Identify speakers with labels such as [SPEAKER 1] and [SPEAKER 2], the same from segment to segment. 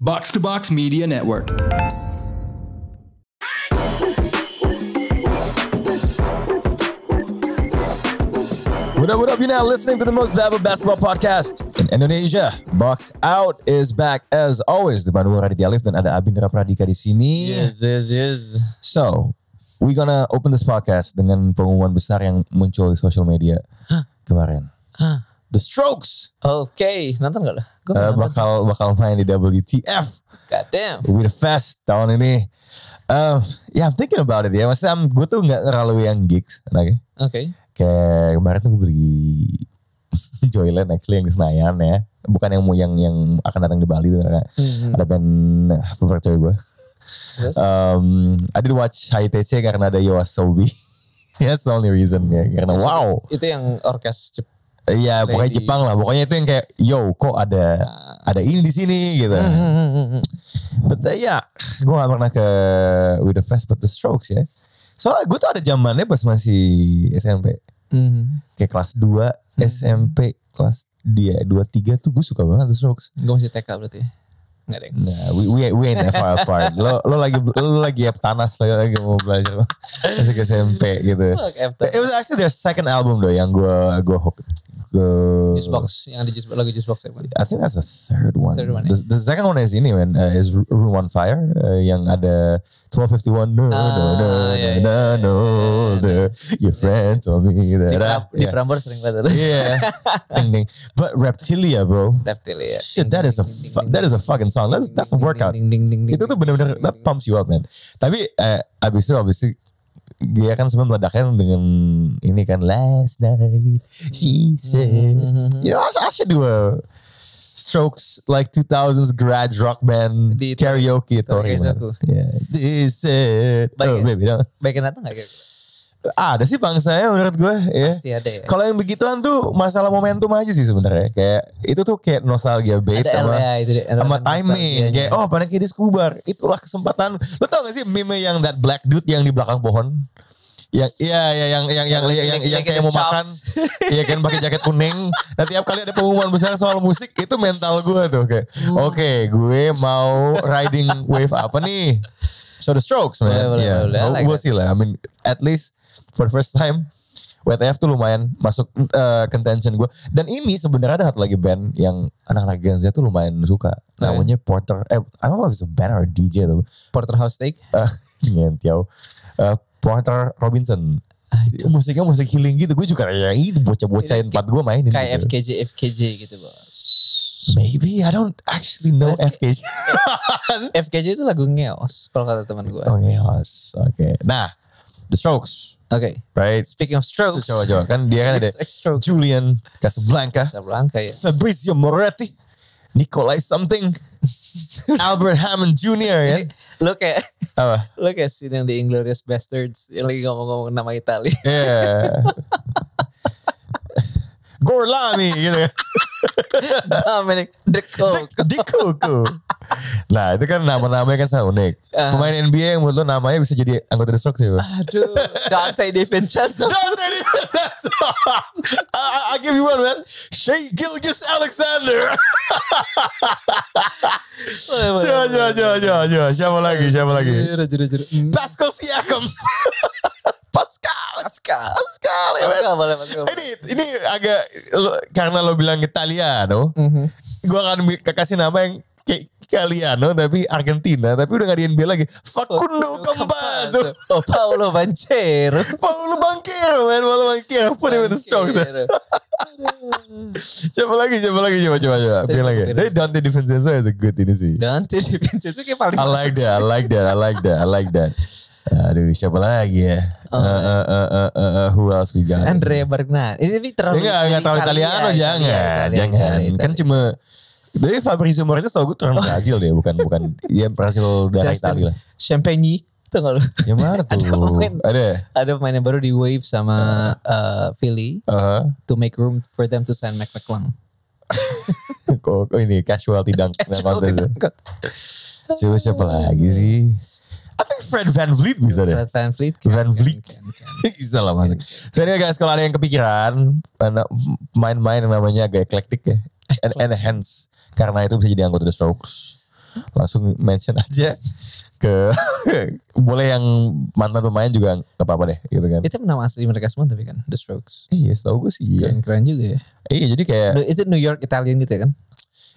[SPEAKER 1] Box to Box Media Network.
[SPEAKER 2] What up, what up? You're now listening to the most valuable basketball podcast in Indonesia. Box Out is back as always. Di Bandung Raditya Alif dan ada Abindra Pradika di sini.
[SPEAKER 3] Yes, yes, yes.
[SPEAKER 2] So, we gonna open this podcast dengan pengumuman besar yang muncul di social media kemarin. The Strokes
[SPEAKER 3] Oke, nonton gak lah? Gue
[SPEAKER 2] uh, bakal bakal main di WTF
[SPEAKER 3] God damn.
[SPEAKER 2] with a fest tahun ini. Uh, ya, yeah, I'm thinking about it ya. Maksudnya gue tuh nggak terlalu yang gigs, anaknya.
[SPEAKER 3] Oke.
[SPEAKER 2] kayak kemarin tuh gue beli Joyland actually yang di Senayan ya bukan yang yang yang akan datang di Bali tuh karena ada band favorit cewek gue
[SPEAKER 3] Terus?
[SPEAKER 2] um, I did watch HITC karena ada Yoasobi that's the only reason ya karena wow
[SPEAKER 3] Itu yang orkes Jep-
[SPEAKER 2] iya pokoknya
[SPEAKER 3] Lady.
[SPEAKER 2] Jepang lah pokoknya itu yang kayak yo kok ada ada ini di sini gitu
[SPEAKER 3] Hmm.
[SPEAKER 2] But uh, ya, gue gak pernah ke With the Fest but the Strokes ya. Soalnya gue tuh ada zamannya pas masih SMP.
[SPEAKER 3] Hmm.
[SPEAKER 2] Kayak Ya, kelas 2 SMP, kelas dia 2 3 tuh gue suka banget The Strokes.
[SPEAKER 3] Gue masih TK berarti. Enggak deh.
[SPEAKER 2] Nah, we we, we ain't that far apart. Lo lo lagi lo lagi Eptanas lo lagi mau belajar masih ke SMP gitu.
[SPEAKER 3] Fuck, Eptanas.
[SPEAKER 2] It was actually their second album though yang gue gue hook ke
[SPEAKER 3] Juicebox yang di Juicebox lagu Juicebox ya bukan?
[SPEAKER 2] I think that's the third one.
[SPEAKER 3] Third one, eh?
[SPEAKER 2] the, the second one is ini man, uh, is Room on Fire uh, yang ada 1251
[SPEAKER 3] Ah,
[SPEAKER 2] no no no no
[SPEAKER 3] iya,
[SPEAKER 2] no
[SPEAKER 3] iya,
[SPEAKER 2] no the- your friend told me that
[SPEAKER 3] Di,
[SPEAKER 2] I-
[SPEAKER 3] Pram, di
[SPEAKER 2] yeah.
[SPEAKER 3] Prambors sering banget. ada.
[SPEAKER 2] yeah ding ding but Reptilia bro
[SPEAKER 3] Reptilia.
[SPEAKER 2] shit that is a fu- that is a fucking song that's that's a workout
[SPEAKER 3] Ding, ding, ding, ding,
[SPEAKER 2] itu tuh bener-bener that pumps you up man tapi eh, abis itu obviously dia kan sebenarnya meledaknya dengan ini kan last night she said you know I, should- I should do a strokes like 2000s garage rock band
[SPEAKER 3] Di Tori-
[SPEAKER 2] karaoke touring man.
[SPEAKER 3] Torigazoku.
[SPEAKER 2] yeah this it oh
[SPEAKER 3] Baik ya?
[SPEAKER 2] baby no.
[SPEAKER 3] Baik yang datang gak kira
[SPEAKER 2] ada sih bangsanya menurut gue ya
[SPEAKER 3] Pasti ada ya.
[SPEAKER 2] kalau yang begituan tuh masalah momentum aja sih sebenarnya kayak itu tuh kayak nostalgia bait
[SPEAKER 3] Ada
[SPEAKER 2] sama-
[SPEAKER 3] LA itu deh. ada
[SPEAKER 2] sama
[SPEAKER 3] Nostalgia
[SPEAKER 2] timing
[SPEAKER 3] aja.
[SPEAKER 2] kayak oh pada kayak kubar itulah kesempatan lo tau gak sih meme yang that black dude yang di belakang pohon yang iya ya yang yang yang yang, yang, yang kayak mau makan iya kan pakai jaket kuning nah tiap kali ada pengumuman besar soal musik itu mental gue tuh kayak
[SPEAKER 3] Hmm.
[SPEAKER 2] oke gue mau riding wave apa nih so the strokes man
[SPEAKER 3] Boleh, boleh,
[SPEAKER 2] Yeah.
[SPEAKER 3] boleh. I
[SPEAKER 2] So,
[SPEAKER 3] like
[SPEAKER 2] we'll
[SPEAKER 3] that.
[SPEAKER 2] see lah I mean at least for the first time WTF tuh lumayan masuk eh, contention gue. Dan ini sebenarnya ada satu lagi band yang anak-anak Gen Z tuh lumayan suka.
[SPEAKER 3] Oh, ya?
[SPEAKER 2] Namanya Porter. Eh, I don't know if it's a band or a DJ tuh.
[SPEAKER 3] Porterhouse Steak.
[SPEAKER 2] Eh, Ngentiau. Eh, Porter Robinson. Musiknya musik healing gitu. Gue juga kayak itu bocah-bocah yang tempat gue mainin.
[SPEAKER 3] Ah, Kayak
[SPEAKER 2] gitu.
[SPEAKER 3] FKJ, FKJ gitu bos.
[SPEAKER 2] Maybe I don't actually know FKJ.
[SPEAKER 3] FKJ itu lagu ngeos kalau kata teman gue.
[SPEAKER 2] oh ngeos. Oke. Nah, The Strokes,
[SPEAKER 3] Oke.
[SPEAKER 2] right?
[SPEAKER 3] Speaking of strokes.
[SPEAKER 2] Coba-coba kan dia kan ada
[SPEAKER 3] It's like strokes.
[SPEAKER 2] Julian Casablanca.
[SPEAKER 3] Casablanca ya.
[SPEAKER 2] Fabrizio Moretti, Nikolai something, Albert Hammond Jr. ya.
[SPEAKER 3] Lo kayak
[SPEAKER 2] Apa?
[SPEAKER 3] lo kayak scene yang di Inglourious Bastards yang lagi ngomong-ngomong nama Itali.
[SPEAKER 2] Yeah. Gorlami gitu kan.
[SPEAKER 3] Dominic the Coke.
[SPEAKER 2] Di kuku. Nah itu kan nama-namanya kan sangat unik. Pemain NBA yang menurut lo namanya bisa jadi anggota The Strokes ya?
[SPEAKER 3] Aduh, Dante DiVincenzo.
[SPEAKER 2] Don't any I'll give you one man. Shea Gilgis Alexander. Coba, coba, coba, coba, coba. Siapa lagi, siapa lagi? Pascal Siakam. Pascal. Pascal. Pascal. ya, men.
[SPEAKER 3] Pascal, boleh, Pascal.
[SPEAKER 2] Ini ini agak lo- karena lo bilang Italiano, gue akan bi- kasih nama yang kayak Italiano tapi Argentina tapi udah gak di NBA lagi. Facundo Campazzo.
[SPEAKER 3] Oh, Paolo Banchero.
[SPEAKER 2] Paulo Banquero, man. Paulo Banquero. Put him in the strokes. Siapa lagi? Siapa lagi? Coba, coba, coba. Pilih lagi. Dari Dante DiVincenzo is a good ini sih.
[SPEAKER 3] Dante DiVincenzo kayak paling
[SPEAKER 2] I like
[SPEAKER 3] masuk.
[SPEAKER 2] that, I like that, I like that, I like that. Aduh, siapa lagi ya? Uh, uh, uh, uh, uh, uh, who else we got?
[SPEAKER 3] Andrea Bergnan. Ini tapi terlalu
[SPEAKER 2] Enggak, enggak terlalu Italiano,
[SPEAKER 3] Italia,
[SPEAKER 2] jangan.
[SPEAKER 3] Italia,
[SPEAKER 2] jangan. Kan
[SPEAKER 3] Italia, Italia.
[SPEAKER 2] cuma dari Fabrizio Moretti tau gue orang Brazil deh, bukan bukan ya Brazil darah
[SPEAKER 3] Justin
[SPEAKER 2] Italia lah.
[SPEAKER 3] Champagne tuh kalau
[SPEAKER 2] Yang Ya mana tuh?
[SPEAKER 3] Ada pemain.
[SPEAKER 2] Ada.
[SPEAKER 3] ada pemain yang baru di Wave sama uh, Philly
[SPEAKER 2] Aha.
[SPEAKER 3] to make room for them to sign Mac McClung.
[SPEAKER 2] Kok kok ini casualty dunk.
[SPEAKER 3] Casualty dunk.
[SPEAKER 2] Siapa siapa lagi sih? I think Fred Van Vliet bisa deh.
[SPEAKER 3] Fred Van Fleet.
[SPEAKER 2] Van Vliet.
[SPEAKER 3] Kan,
[SPEAKER 2] Bisa lah masuk. So anyway guys kalau ada yang kepikiran anak- main-main yang namanya agak eklektik ya. And, and hence karena itu bisa jadi anggota The Strokes. langsung mention aja ke boleh yang mantan pemain juga nggak apa-apa deh gitu kan.
[SPEAKER 3] Itu nama asli mereka semua tapi kan The Strokes.
[SPEAKER 2] Iya, setahu gue sih. Iya.
[SPEAKER 3] Keren, keren juga ya.
[SPEAKER 2] Iya, jadi kayak
[SPEAKER 3] Nu- Itu New York Italian gitu ya kan?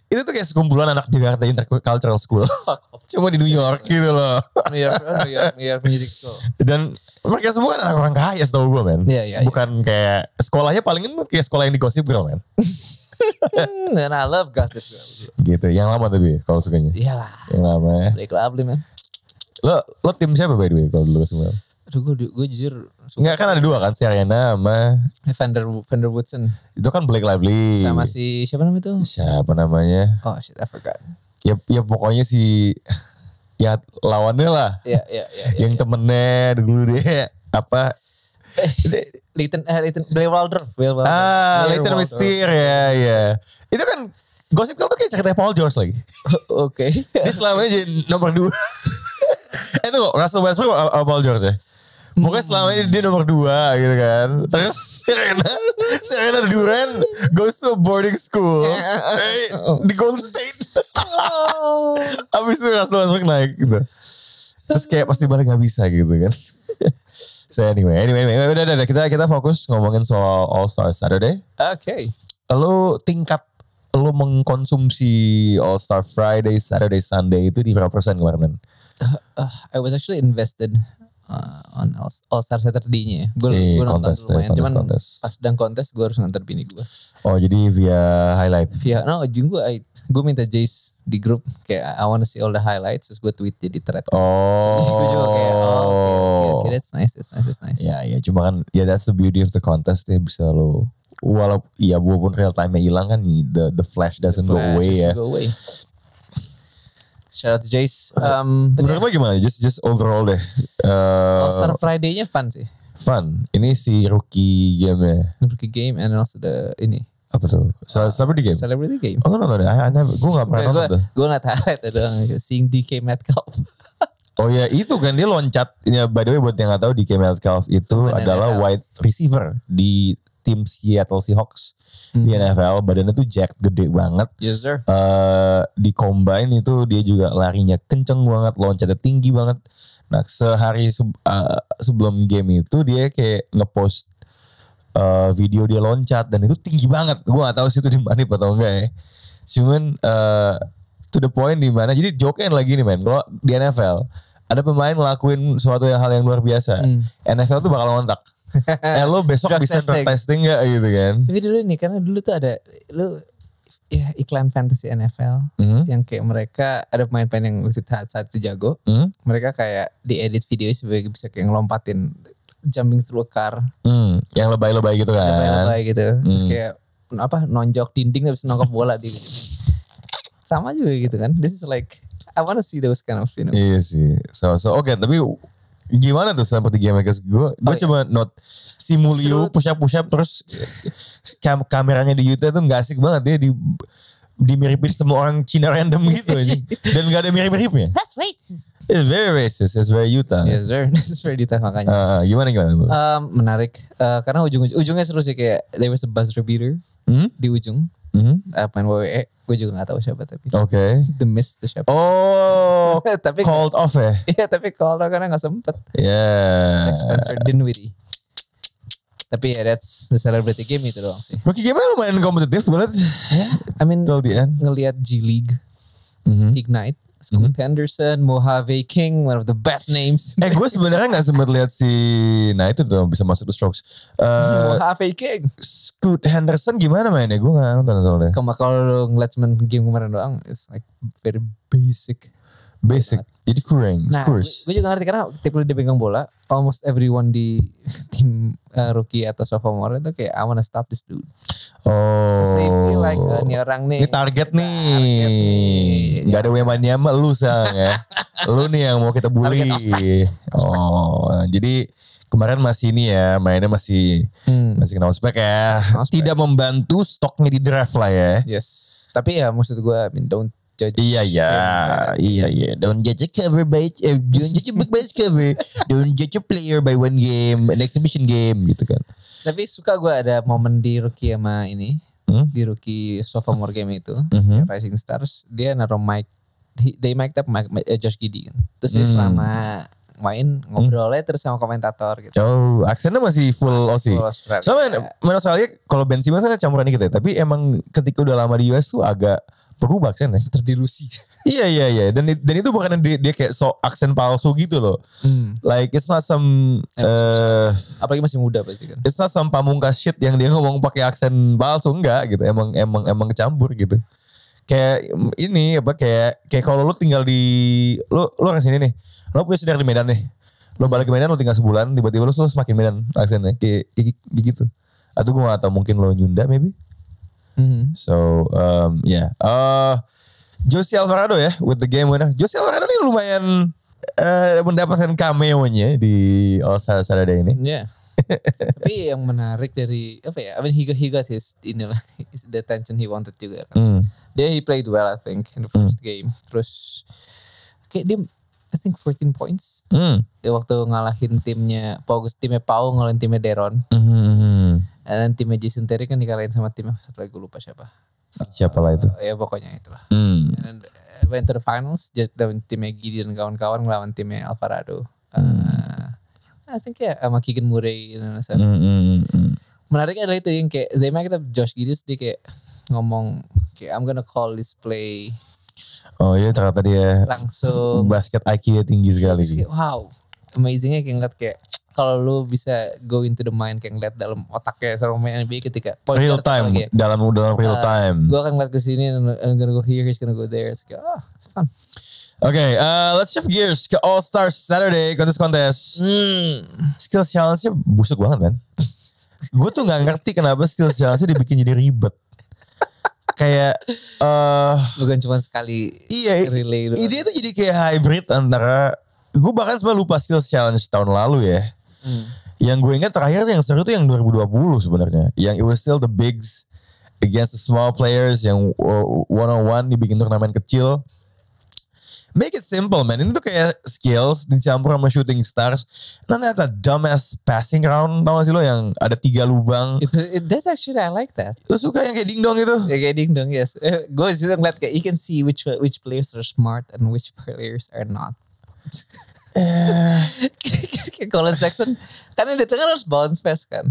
[SPEAKER 2] itu tuh kayak sekumpulan anak Jakarta Intercultural School. Cuma di New York gitu loh.
[SPEAKER 3] New York, New York, New York Music School.
[SPEAKER 2] Dan mereka semua kan anak orang kaya setahu gue men.
[SPEAKER 3] Iya, iya, iya.
[SPEAKER 2] Bukan kayak sekolahnya palingan kayak sekolah yang di Gossip Girl men.
[SPEAKER 3] Hmm, and I love Gossip Girl.
[SPEAKER 2] Gitu, yang lama tapi kalau sukanya.
[SPEAKER 3] Iyalah,
[SPEAKER 2] Yang lama ya.
[SPEAKER 3] Blake Lively man.
[SPEAKER 2] Lo, lo tim siapa by the way kalau dulu semua?
[SPEAKER 3] Aduh gue, gue jujur suka
[SPEAKER 2] Enggak kan ada dua kan, si Ariana sama
[SPEAKER 3] Vander, Vander Woodson
[SPEAKER 2] itu kan Blake Lively.
[SPEAKER 3] sama si Iya. siapa namanya itu?
[SPEAKER 2] siapa namanya?
[SPEAKER 3] Oh shit, I forgot.
[SPEAKER 2] Ya, ya pokoknya si ya lawannya lah.
[SPEAKER 3] Ya, ya, ya. ya.
[SPEAKER 2] yang temennya dulu dia apa
[SPEAKER 3] Leighton, eh, Leighton, Blair Waldorf. Blair Waldorf.
[SPEAKER 2] ah
[SPEAKER 3] Blair
[SPEAKER 2] Leighton
[SPEAKER 3] Waldorf.
[SPEAKER 2] Mystere ya ya itu kan gosip kamu kayak ceritanya Paul George lagi
[SPEAKER 3] Oke.
[SPEAKER 2] dia selama ini jadi nomor dua eh tunggu Russell Westbrook atau atau Paul George ya Pokoknya selama ini dia nomor dua gitu kan. Terus Serena, Serena Duran goes to a boarding school eh, di Golden State. Abis itu Russell Westbrook naik gitu. Terus kayak pasti balik gak bisa gitu kan. so anyway, anyway, anyway, udah, udah, udah. Kita, kita fokus ngomongin soal All Star Saturday.
[SPEAKER 3] Oke.
[SPEAKER 2] Lo tingkat lo mengkonsumsi All Star Friday, Saturday, Sunday itu di berapa persen kemarin? men?
[SPEAKER 3] Uh, I was actually invested uh, on All, All Star Saturday-nya. Gue
[SPEAKER 2] Iya,
[SPEAKER 3] gue nonton
[SPEAKER 2] kontes deh,
[SPEAKER 3] lumayan.
[SPEAKER 2] kontes,
[SPEAKER 3] Cuman
[SPEAKER 2] kontes.
[SPEAKER 3] pas sedang kontes gue harus nganter bini gue.
[SPEAKER 2] Oh jadi via highlight.
[SPEAKER 3] Via, no, ujung gue, I- gue minta Jace di grup kayak I wanna see all the highlights. Terus gue tweet jadi thread.
[SPEAKER 2] Oh.
[SPEAKER 3] Terus gue juga kayak, oh, oke, oke, oke, that's nice, that's nice, that's nice. Nah,
[SPEAKER 2] Ya ya cuma kan ya that's the beauty of the contest ya bisa lo walaupun ya walaupun real time nya hilang kan the the flash doesn't go
[SPEAKER 3] Flash,
[SPEAKER 2] away
[SPEAKER 3] just
[SPEAKER 2] ya.
[SPEAKER 3] Go away. Shout out to Jace. Um, but
[SPEAKER 2] Menurut lo gimana? Just just overall deh.
[SPEAKER 3] yeah,
[SPEAKER 2] Uh,
[SPEAKER 3] All Star Friday-nya fun sih.
[SPEAKER 2] Fun. Ini si rookie game ya.
[SPEAKER 3] Rookie game and also the ini
[SPEAKER 2] Apa tuh? So, celebrity game.
[SPEAKER 3] celebrity game.
[SPEAKER 2] Oh no no no. I, I never. Gue gak pernah
[SPEAKER 3] gue
[SPEAKER 2] nonton tuh.
[SPEAKER 3] gue nggak tahu itu doang. Seeing DK Metcalf.
[SPEAKER 2] Oh ya itu kan dia loncat. Ya, by the way buat yang gak tahu di Metcalf itu
[SPEAKER 3] Pemain
[SPEAKER 2] adalah
[SPEAKER 3] NFL.
[SPEAKER 2] wide receiver di tim Seattle Seahawks di NFL. Badannya tuh jacked gede banget.
[SPEAKER 3] Yes sir.
[SPEAKER 2] eh di combine itu dia juga larinya kenceng banget, loncatnya tinggi banget. Nah sehari se- eh, sebelum game itu dia kayak ngepost eh, video dia loncat dan itu tinggi banget. Gua gak tahu sih itu di mana atau enggak ya. Cuman eh, to the point di mana. Jadi joke lagi nih men. Kalau di NFL ada pemain ngelakuin suatu yang hal yang luar biasa. NFL tuh bakal ngontak. eh lo besok
[SPEAKER 3] Hmm. Drug
[SPEAKER 2] bisa drug
[SPEAKER 3] testing.
[SPEAKER 2] testing gak gitu kan.
[SPEAKER 3] Tapi dulu nih karena dulu tuh ada lu ya iklan fantasy NFL
[SPEAKER 2] Mhm.
[SPEAKER 3] yang kayak mereka ada pemain-pemain yang waktu saat saat itu jago.
[SPEAKER 2] Hmm?
[SPEAKER 3] Mereka kayak diedit videonya sebagai bisa kayak ngelompatin jumping through a car
[SPEAKER 2] Hmm. Yang lebay-lebay gitu kan.
[SPEAKER 3] lebay-lebay gitu. Terus kayak apa nonjok dinding habis nongkok bola di sama juga gitu kan. This is like I wanna see those kind of you know.
[SPEAKER 2] Iya sih. So so oke tapi gimana tuh selama tiga makers gue gue
[SPEAKER 3] iya.
[SPEAKER 2] coba note si Mulyo
[SPEAKER 3] Serut.
[SPEAKER 2] push up push up terus kam- kameranya di Utah tuh nggak asik banget dia di dimiripin semua orang Cina random gitu aja dan gak ada mirip-miripnya
[SPEAKER 3] That's racist.
[SPEAKER 2] it's very racist it's very Utah
[SPEAKER 3] Yes sir. This is very detail makanya.
[SPEAKER 2] Ah, ah, gimana gimana Mul?
[SPEAKER 3] Um, menarik Eh, karena ujung ujungnya seru sih kayak there was a buzzer beater
[SPEAKER 2] Hmm?
[SPEAKER 3] di ujung
[SPEAKER 2] Hmm?
[SPEAKER 3] Eh, main WWE gue juga nggak tahu siapa tapi
[SPEAKER 2] oke
[SPEAKER 3] the mist tuh siapa
[SPEAKER 2] oh
[SPEAKER 3] Oh. Tapi-
[SPEAKER 2] called off ya
[SPEAKER 3] Iya tapi kalau karena nggak sempet Ah.
[SPEAKER 2] yeah
[SPEAKER 3] Spencer Dinwiddie tapi ya that's the celebrity game itu doang sih
[SPEAKER 2] Rookie game lumayan kompetitif gue liat
[SPEAKER 3] I mean
[SPEAKER 2] till the end
[SPEAKER 3] ngelihat G League
[SPEAKER 2] Mhm.
[SPEAKER 3] Ignite Scoot Henderson Mojave King one of the best names
[SPEAKER 2] Eh gue sebenarnya nggak sempat lihat si, nah itu tuh bisa masuk ke strokes. Eh
[SPEAKER 3] Mojave King
[SPEAKER 2] Scoot Henderson gimana mainnya? Gue nggak nonton soalnya.
[SPEAKER 3] Kema- kalau lu ngeliat cuman game kemarin doang it's like very basic
[SPEAKER 2] Basic, jadi kurang,
[SPEAKER 3] Nah,
[SPEAKER 2] skurs.
[SPEAKER 3] gue juga ngerti karena tiap lu dia pegang bola, almost everyone di tim eh, rookie atau sophomore itu kayak I wanna stop this dude.
[SPEAKER 2] Oh.
[SPEAKER 3] They feel like "Ah, ini orang nih.
[SPEAKER 2] Ini
[SPEAKER 3] Iya.
[SPEAKER 2] target
[SPEAKER 3] Target
[SPEAKER 2] nih. Gak ada Wemanyama lu sang ya. lu nih yang mau kita bully.
[SPEAKER 3] Target
[SPEAKER 2] Oh, jadi kemarin masih ini ya, mainnya masih
[SPEAKER 3] Hmm,
[SPEAKER 2] masih kena ospek ya.
[SPEAKER 3] kena ospek.
[SPEAKER 2] Tidak membantu stoknya di draft lah ya.
[SPEAKER 3] yes. Tapi ya maksud gue I mean, don't judge.
[SPEAKER 2] Iya ya, iya ya. Don't judge a cover by eh, don't judge a book by its cover. don't judge a player by one game, an exhibition game gitu kan.
[SPEAKER 3] Tapi suka gue ada momen di rookie sama ini
[SPEAKER 2] Hmm?
[SPEAKER 3] di rookie sophomore game itu
[SPEAKER 2] Mhm.
[SPEAKER 3] Rising Stars dia naruh mic he- they mic up Ma- Ma- eh, Josh Giddy kan. Terus
[SPEAKER 2] Hmm.
[SPEAKER 3] dia selama main ngobrolnya terus sama komentator gitu.
[SPEAKER 2] Oh, aksennya masih full Aussie.
[SPEAKER 3] full Australia.
[SPEAKER 2] Soalnya menurut saya kalau Ben Simmons kan campuran dikit ya, tapi emang ketika udah lama di US tuh agak berubah aksennya.
[SPEAKER 3] Terdelusi.
[SPEAKER 2] Iya iya iya dan it- dan itu bukan dia, dia kayak sok aksen palsu gitu loh.
[SPEAKER 3] Hmm.
[SPEAKER 2] Like it's not some
[SPEAKER 3] Emang
[SPEAKER 2] eh
[SPEAKER 3] Apalagi masih muda pasti kan.
[SPEAKER 2] it's not some pamungkas shit yang dia ngomong pakai aksen palsu enggak gitu. Emang emang emang kecampur gitu. Kayak mm, ini apa kayak kayak kalau lu tinggal di lu lu orang sini nih. Lu punya saudara di Medan nih. Lu balik ke Medan lu tinggal sebulan tiba-tiba lu, lu semakin Medan aksennya kayak, kayak gitu. Atau gue gak tau mungkin lo Nyunda maybe.
[SPEAKER 3] Mhm.
[SPEAKER 2] So um, yeah. Uh, Jose Alvarado ya with the game winner. Jose Alvarado ini lumayan eh, mendapatkan cameo-nya di All Star Saturday ini.
[SPEAKER 3] Ya. Tapi yang menarik dari apa ya? I mean he got, he got his inilah his- the attention he wanted juga kan.
[SPEAKER 2] Hmm.
[SPEAKER 3] Dia he played well I think in the first game. Terus kayak dia I think 14 points.
[SPEAKER 2] Hmm.
[SPEAKER 3] Dia waktu ngalahin timnya Pau, timnya Pau ngalahin timnya Deron.
[SPEAKER 2] Hmm.
[SPEAKER 3] Dan timnya Jason Terry kan dikalahin sama timnya satu lagi gue lupa siapa.
[SPEAKER 2] Siapa lah itu?
[SPEAKER 3] Eh, ya pokoknya itulah.
[SPEAKER 2] Hmm.
[SPEAKER 3] Dan eh, went to the finals just lawan timnya Giddy dan kawan-kawan ngelawan timnya Alvarado. Eh, I think ya sama Keegan Murray you know, sama
[SPEAKER 2] Hmm, hmm, hmm, hmm.
[SPEAKER 3] menariknya adalah itu yang kayak they make up Josh Giddis dia gitu kayak ngomong kayak I'm gonna call this play
[SPEAKER 2] Oh iya ternyata dia
[SPEAKER 3] langsung
[SPEAKER 2] basket IQ-nya tinggi sekali.
[SPEAKER 3] Terus kayak, wow amazingnya kayak ngeliat kayak kalau lu bisa go into the mind kayak ngeliat dalam otaknya seorang pemain NBA ketika point
[SPEAKER 2] Real
[SPEAKER 3] guard
[SPEAKER 2] time
[SPEAKER 3] apalagi ya.
[SPEAKER 2] dalam dalam real
[SPEAKER 3] Eh,
[SPEAKER 2] time.
[SPEAKER 3] gue akan ngeliat ke sini and I'm gonna go here he's gonna go there it's kayak ah it's fun
[SPEAKER 2] Oke, eh, let's shift gears ke All Star Saturday contest contest.
[SPEAKER 3] hmm.
[SPEAKER 2] Skill challenge-nya busuk banget kan. gue tuh nggak ngerti kenapa skill challenge-nya dibikin jadi ribet. Kayak eh
[SPEAKER 3] bukan cuma sekali
[SPEAKER 2] iya i-
[SPEAKER 3] relay doang.
[SPEAKER 2] ide tuh jadi kayak hybrid antara gue bahkan sebenarnya lupa skill challenge tahun lalu ya.
[SPEAKER 3] Hmm.
[SPEAKER 2] Yang gue ingat terakhir yang seru tuh yang 2020 sebenarnya. Yang it was still the bigs against the small players yang one on one dibikin turnamen kecil. Make it simple man. Ini tuh kayak skills dicampur sama shooting stars. Nanti ada dumbass passing round tau gak sih lo yang ada tiga lubang.
[SPEAKER 3] itu it, that's actually I like that
[SPEAKER 2] Lo suka yang kayak dingdong gitu.
[SPEAKER 3] Ya kayak ding dong yes. Eh, Gue sih ngeliat kayak you can see which which players are smart and which players are not. Eh. kayak Colin Sexton karena di tengah harus bounce pass kan.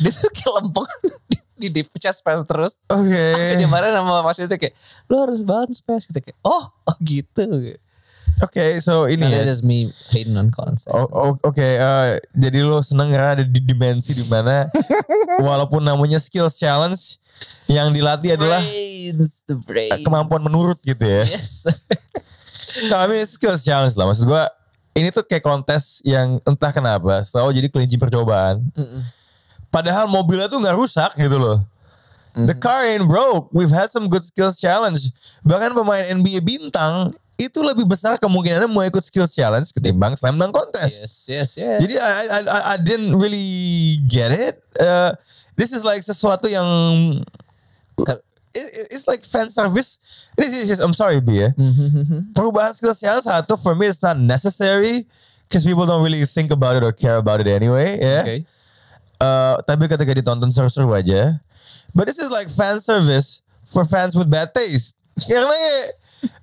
[SPEAKER 3] Dia tuh kayak lempeng di, di deep chest pass terus.
[SPEAKER 2] Oke.
[SPEAKER 3] Kayak dia marah sama wasit itu kayak lu harus bounce pass gitu kayak oh oh gitu. Iya.
[SPEAKER 2] Oke so ini ya.
[SPEAKER 3] Yeah. Nah, That's just me hating on Colin Sexton.
[SPEAKER 2] Oh, oh, Oke, eh, jadi lo seneng karena ada di dimensi di mana walaupun namanya skill challenge yang dilatih adalah
[SPEAKER 3] Brains, the brains.
[SPEAKER 2] kemampuan menurut gitu ya.
[SPEAKER 3] Yes.
[SPEAKER 2] Nah, I mean, it's skills challenge lah. Maksud gue ini tuh kayak kontes yang entah kenapa selalu jadi kelinci percobaan. Padahal mobilnya tuh nggak rusak gitu loh. The car ain't broke. We've had some good skills challenge. Bahkan pemain NBA bintang itu lebih besar kemungkinannya mau ikut skills challenge ketimbang slam dunk contest.
[SPEAKER 3] yes, yes, yes.
[SPEAKER 2] Jadi I, I, I, I didn't really get it. Uh, this is like sesuatu yang
[SPEAKER 3] Kar-
[SPEAKER 2] it, it- it's like fan service. This is just, I'm sorry B ya. Perubahan skill challenge satu for me it's not necessary because people don't really think about it or care about it anyway. Yeah.
[SPEAKER 3] Okay.
[SPEAKER 2] Uh, tapi ketika ditonton seru-seru aja. But this is like fan service for fans with bad taste. Ya, Karena kayak,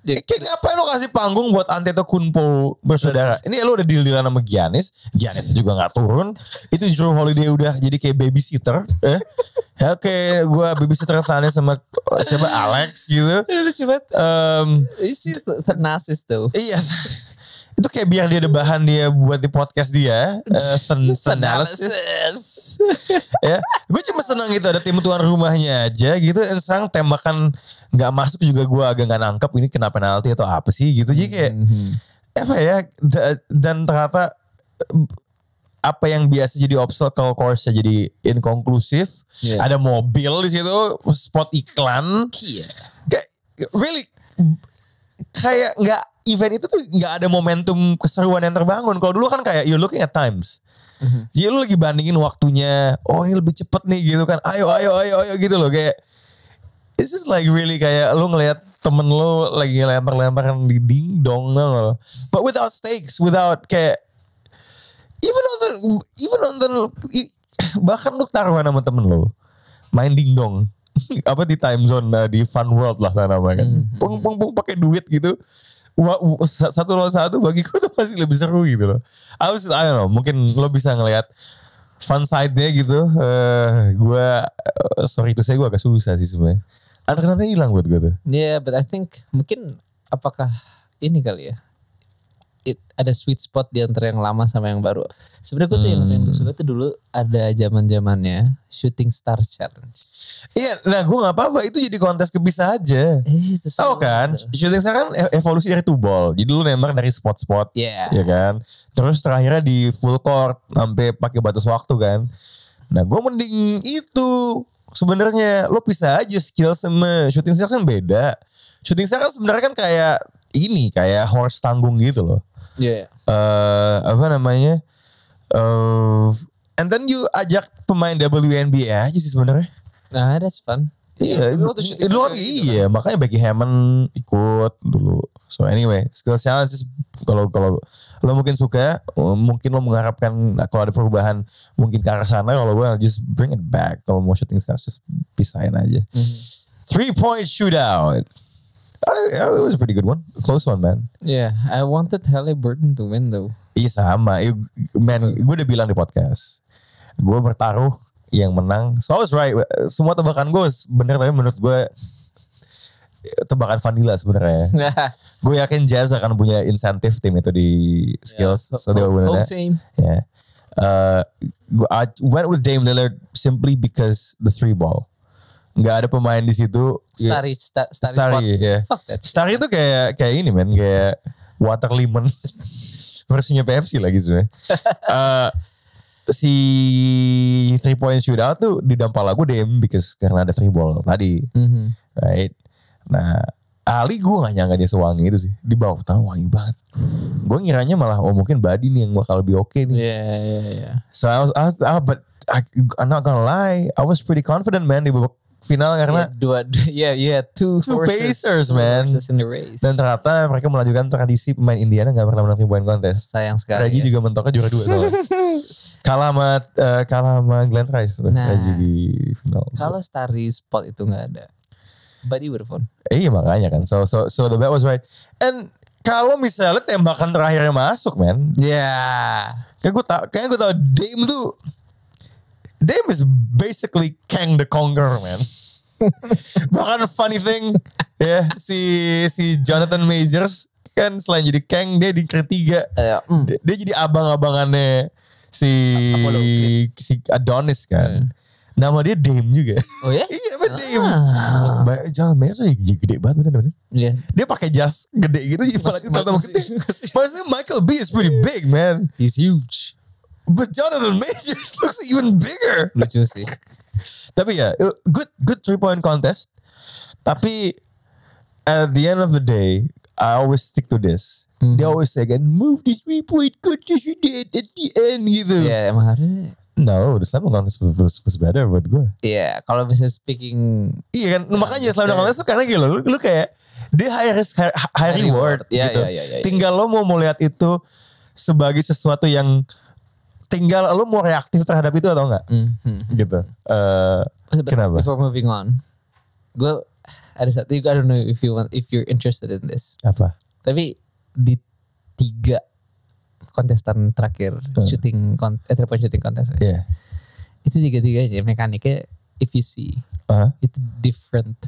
[SPEAKER 3] Jadi-
[SPEAKER 2] kayak ngapain lo kasih panggung buat Antetokounmpo bersaudara? Ini lo udah deal sama Giannis, Giannis juga nggak turun. Itu Drew Holiday udah jadi kayak babysitter. Eh. Ya, Oke, gue babysitter tanya sama siapa Alex gitu.
[SPEAKER 3] Eh, Lucu banget.
[SPEAKER 2] Em,
[SPEAKER 3] You see the, the narcissist though.
[SPEAKER 2] Iya. Itu kayak biar dia ada bahan dia buat di podcast dia. eh, sen- Senalisis.
[SPEAKER 3] Analysis.
[SPEAKER 2] ya. Gue cuma senang gitu ada tim tuan rumahnya aja gitu. Dan sekarang tembakan nggak masuk juga gue agak nggak nangkep ini kena penalti atau apa sih gitu. Jadi kayak apa ya da- dan ternyata eh, apa yang biasa jadi obstacle course jadi inkonklusif.
[SPEAKER 3] Iya.
[SPEAKER 2] Ada mobil di situ, spot iklan.
[SPEAKER 3] Iya.
[SPEAKER 2] kayak really kayak nggak event itu tuh nggak ada momentum keseruan yang terbangun. Kalau dulu kan kayak you looking at times. Jadi lu lagi bandingin waktunya. Oh ini lebih cepet nih gitu kan. Ayo ayo ayo ayo gitu loh kayak. This is like really kayak lu ngelihat temen lu lagi lempar-lemparan di dingdong tau nggak lo. But without stakes, without kayak even on the, even on the, bahkan lu taruhan sama temen lu main dingdong apa di time zone eh, di fun world lah sana mah kan. Pung pung pung pakai duit gitu. Wa- wa- sa- satu lawan satu bagiku tuh masih lebih seru gitu loh. I was, I don't know, mungkin lo bisa ngelihat fun side-nya gitu. Eh gua eh, sorry itu saya gua agak susah sih sebenarnya. Anak-anaknya hilang buat gue tuh.
[SPEAKER 3] Yeah, but I think mungkin apakah ini kali ya? It, ada sweet spot di antara yang lama sama yang baru. Sebenarnya gue tuh yang pengen gue suka tuh dulu ada zaman zamannya shooting stars challenge.
[SPEAKER 2] Iya, nah gue gak apa-apa itu jadi kontes kepisah aja.
[SPEAKER 3] Eh, itu seru
[SPEAKER 2] Tahu kan,
[SPEAKER 3] banget.
[SPEAKER 2] shooting star kan e- evolusi dari two ball. Jadi lu nembak dari spot-spot.
[SPEAKER 3] Yeah.
[SPEAKER 2] ya kan. Terus terakhirnya di full court sampai pakai batas waktu kan. Nah, gue mending itu sebenarnya lo pisah aja skill sama shooting star kan beda. Shooting star kan sebenarnya kan kayak ini kayak horse tanggung gitu loh.
[SPEAKER 3] Yeah.
[SPEAKER 2] Eh apa namanya? Eh and then you ajak pemain WNBA aja sih sebenarnya.
[SPEAKER 3] Nah, that's fun.
[SPEAKER 2] Iya,
[SPEAKER 3] dulu tuh shooting
[SPEAKER 2] dulu
[SPEAKER 3] star
[SPEAKER 2] kan
[SPEAKER 3] kayak gitu
[SPEAKER 2] iya, makanya Becky Hammond ikut dulu. So anyway, skill challenge is- kalau kalau lo mungkin suka, mungkin lo mengharapkan kalau ada perubahan mungkin ke arah sana. Kalau gue just bring it back. Kalau mau shooting stars just pisahin aja.
[SPEAKER 3] Mm-hmm.
[SPEAKER 2] Three point shootout. Oh, it was a pretty good one, close one man.
[SPEAKER 3] Yeah, I wanted Halliburton to win though.
[SPEAKER 2] Iya sama. Iya, Man, gue udah bilang di podcast. Gue bertaruh yang menang. So I was right. Semua tebakan gue bener tapi menurut gue tebakan vanilla sebenarnya.
[SPEAKER 3] Nah,
[SPEAKER 2] gue yakin Jazz akan punya insentif tim itu di skills.
[SPEAKER 3] Yeah.
[SPEAKER 2] So they will win that.
[SPEAKER 3] Home team.
[SPEAKER 2] Yeah. Uh, gue- Ya. I went with Dame Lillard simply because the three ball. Nggak ada pemain di situ.
[SPEAKER 3] Starry, sta, starry, spot.
[SPEAKER 2] Starry, yeah.
[SPEAKER 3] Fuck that.
[SPEAKER 2] Star itu kayak kayak ini men, kayak water lemon versinya Pepsi lagi sebenarnya. Eh, si three point shootout tuh di dampal aku DM because karena ada three ball tadi,
[SPEAKER 3] Mhm.
[SPEAKER 2] right? Nah Ali gue gak nyangka dia sewangi itu sih Di bawah pertama wangi banget Gue ngiranya malah Oh mungkin Badi nih yang bakal lebih oke nih
[SPEAKER 3] Yeah, yeah, yeah.
[SPEAKER 2] So I was, I was- ah, But I, I'm not gonna lie I was pretty confident man Di babak final
[SPEAKER 3] yeah,
[SPEAKER 2] Karena
[SPEAKER 3] dua, yeah, you had two,
[SPEAKER 2] Two
[SPEAKER 3] horses,
[SPEAKER 2] Pacers,
[SPEAKER 3] two
[SPEAKER 2] man.
[SPEAKER 3] horses in the race.
[SPEAKER 2] Dan ternyata mereka melanjutkan tradisi Pemain Indiana gak pernah menang three point contest
[SPEAKER 3] Sayang sekali.
[SPEAKER 2] Reggie
[SPEAKER 3] ya.
[SPEAKER 2] juga mentoknya juara dua sama. kalah sama eh, kalah sama Glenn Rice tuh,
[SPEAKER 3] Nah.
[SPEAKER 2] Reggie di final.
[SPEAKER 3] Kalau starry spot itu nggak ada, Buddy would have won.
[SPEAKER 2] Eh, iya makanya kan. So so so the bet was right. And kalau misalnya tembakan terakhirnya masuk, man.
[SPEAKER 3] Yeah.
[SPEAKER 2] Kayak gue tau, kayak gue tau Dame tuh Dame is basically Kang the Conqueror, man. Bahkan funny thing, ya si si Jonathan Majors kan selain jadi Kang dia di ketiga.
[SPEAKER 3] Eh, mm.
[SPEAKER 2] dia, dia jadi abang-abangannya si
[SPEAKER 3] Apollo Hmm.
[SPEAKER 2] si Adonis kan. Nama dia Dame juga.
[SPEAKER 3] Oh ya?
[SPEAKER 2] iya nama Dame. Ba- Jangan merah tuh jadi gede banget bener bener.
[SPEAKER 3] Yeah.
[SPEAKER 2] Dia pakai jas gede gitu malah
[SPEAKER 3] Mas-
[SPEAKER 2] kita tambah
[SPEAKER 3] mas-
[SPEAKER 2] gede. Maksudnya Michael B is pretty big man.
[SPEAKER 3] He's huge.
[SPEAKER 2] But Jonathan Majors looks even bigger.
[SPEAKER 3] Lucu sih.
[SPEAKER 2] Tapi ya uh, good good three point contest. Tapi at the end of the day I always stick to this.
[SPEAKER 3] Mhm.
[SPEAKER 2] They always say again move the three point contest you did at the end gitu.
[SPEAKER 3] Ya emang harusnya.
[SPEAKER 2] No, the slam dunk contest was, was, was better buat gue.
[SPEAKER 3] Ya kalau bisa speaking
[SPEAKER 2] Iya
[SPEAKER 3] Nah,
[SPEAKER 2] kan, makanya slam dunk contest tuh karena gila, lu, lu kayak dia high risk high, high
[SPEAKER 3] High
[SPEAKER 2] reward,
[SPEAKER 3] reward. Iya,
[SPEAKER 2] gitu.
[SPEAKER 3] iya, iya, iya, iya.
[SPEAKER 2] Tinggal lo mau melihat itu sebagai sesuatu yang tinggal lo mau reaktif terhadap itu atau enggak,
[SPEAKER 3] Hmm.
[SPEAKER 2] gitu. Eh,
[SPEAKER 3] mm-hmm. But
[SPEAKER 2] Kenapa?
[SPEAKER 3] Before moving on, gue ada satu. I don't know if you want, if you're interested in this.
[SPEAKER 2] apa?
[SPEAKER 3] Tapi di tiga kontestan terakhir
[SPEAKER 2] Hmm.
[SPEAKER 3] shooting kon, eh, three point shooting contest ya,
[SPEAKER 2] Iya.
[SPEAKER 3] itu tiga tiganya mekaniknya if you see
[SPEAKER 2] Aha.
[SPEAKER 3] itu different.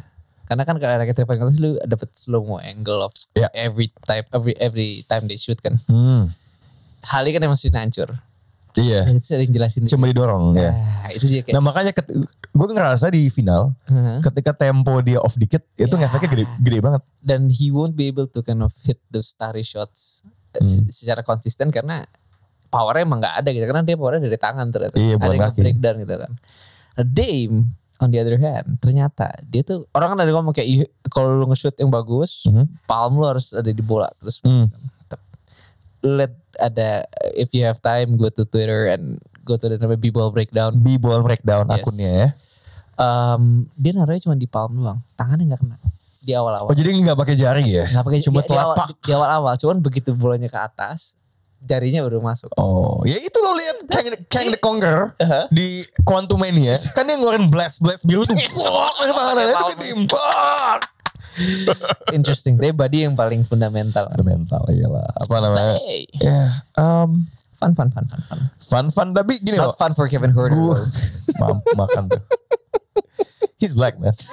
[SPEAKER 3] Karena kan kalau ada three point contest lu dapet slow mo angle of
[SPEAKER 2] Yeah.
[SPEAKER 3] every type every every time they shoot kan.
[SPEAKER 2] Hmm.
[SPEAKER 3] Hali kan emang shootnya hancur.
[SPEAKER 2] Iya.
[SPEAKER 3] Dan itu sering jelasin.
[SPEAKER 2] Cuma didorong ya.
[SPEAKER 3] Nah, itu dia kayak.
[SPEAKER 2] Nah makanya gue ngerasa di final
[SPEAKER 3] Heeh.
[SPEAKER 2] ketika tempo dia off dikit itu
[SPEAKER 3] Iya.
[SPEAKER 2] ngefeknya gede, gede banget.
[SPEAKER 3] dan he won't be able to kind of hit those starry shots eh, se- secara konsisten karena powernya emang nggak ada gitu karena dia powernya dari tangan ternyata
[SPEAKER 2] Iya, bukan
[SPEAKER 3] ada yang
[SPEAKER 2] kaki.
[SPEAKER 3] breakdown gitu kan nah, Dame on the other hand ternyata dia tuh orang kan ada yang ngomong kayak "Ih, kalau lu nge-shoot yang bagus palm lu harus ada di bola terus
[SPEAKER 2] Hmm.
[SPEAKER 3] Tep- let ada if you have time go to Twitter and go to the namanya B-ball breakdown
[SPEAKER 2] B-ball breakdown
[SPEAKER 3] Yes.
[SPEAKER 2] akunnya ya.
[SPEAKER 3] Em, dia naruhnya cuma di palm doang tangannya nggak kena di awal-awal
[SPEAKER 2] Oh jadi nggak pakai jari ya?
[SPEAKER 3] Nggak pakai
[SPEAKER 2] Cuma
[SPEAKER 3] dia- dia awal-
[SPEAKER 2] telapak.
[SPEAKER 3] Di awal-awal, cuman begitu bolanya ke atas, jarinya baru masuk.
[SPEAKER 2] Oh, ya itu lo lihat Kang, Kang the Conquer di Quantum Mania. Kan dia ngeluarin blast blast biru tuh. Wah, tangannya itu ketimbak.
[SPEAKER 3] Interesting. Tapi body yang paling fundamental.
[SPEAKER 2] Mental iyalah. Apa namanya?
[SPEAKER 3] Hey.
[SPEAKER 2] Ya, um,
[SPEAKER 3] Fun, fun, fun, fun, fun.
[SPEAKER 2] fun fun tapi gini loh.
[SPEAKER 3] Not fun for Kevin Herter.
[SPEAKER 2] Gue
[SPEAKER 3] though.
[SPEAKER 2] Mam- makan tuh. He's black man.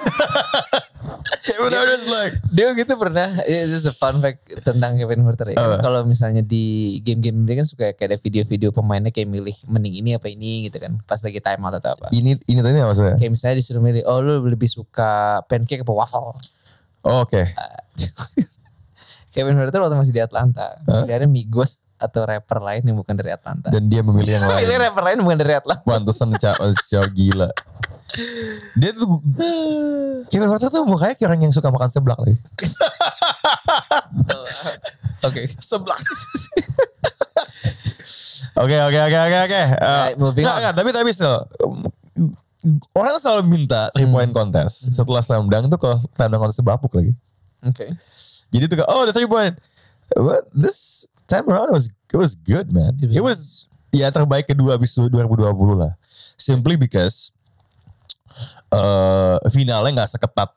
[SPEAKER 2] Kevin Hart is black.
[SPEAKER 3] Dia gitu pernah, this is a fun fact tentang Kevin Herter ya.
[SPEAKER 2] Apa?
[SPEAKER 3] Kalau misalnya di game-game dia kan suka kayak ada video-video pemainnya kayak milih mending ini apa ini gitu kan. Pas lagi time out atau apa.
[SPEAKER 2] Ini ini tadi apa maksudnya?
[SPEAKER 3] Kayak misalnya disuruh milih, oh lu lebih suka pancake apa waffle?
[SPEAKER 2] Oh, Oke.
[SPEAKER 3] Kevin Herter waktu masih di Atlanta. Pilihannya Migos atau rapper lain yang bukan dari Atlanta.
[SPEAKER 2] Dan dia memilih yang lain.
[SPEAKER 3] Pilih Oh, rapper lain bukan dari Atlanta.
[SPEAKER 2] Pantesan cowok cowok gila. Dia tuh Kevin Hart tuh mukanya kayak orang yang suka makan seblak lagi.
[SPEAKER 3] Oh, Oke.
[SPEAKER 2] seblak. Oke oke oke oke oke. Eh,
[SPEAKER 3] Alright, moving
[SPEAKER 2] nggak,
[SPEAKER 3] on.
[SPEAKER 2] nggak, tapi tapi still um, orang selalu minta three point
[SPEAKER 3] Hmm.
[SPEAKER 2] contest setelah slam dunk tuh kalau slam dunk contest babuk lagi.
[SPEAKER 3] Oke.
[SPEAKER 2] Jadi tuh kayak, oh the three point. But this time around it was it was good man. It was,
[SPEAKER 3] It was
[SPEAKER 2] ya terbaik kedua abis 2020 lah. Simply because eh finalnya nggak seketat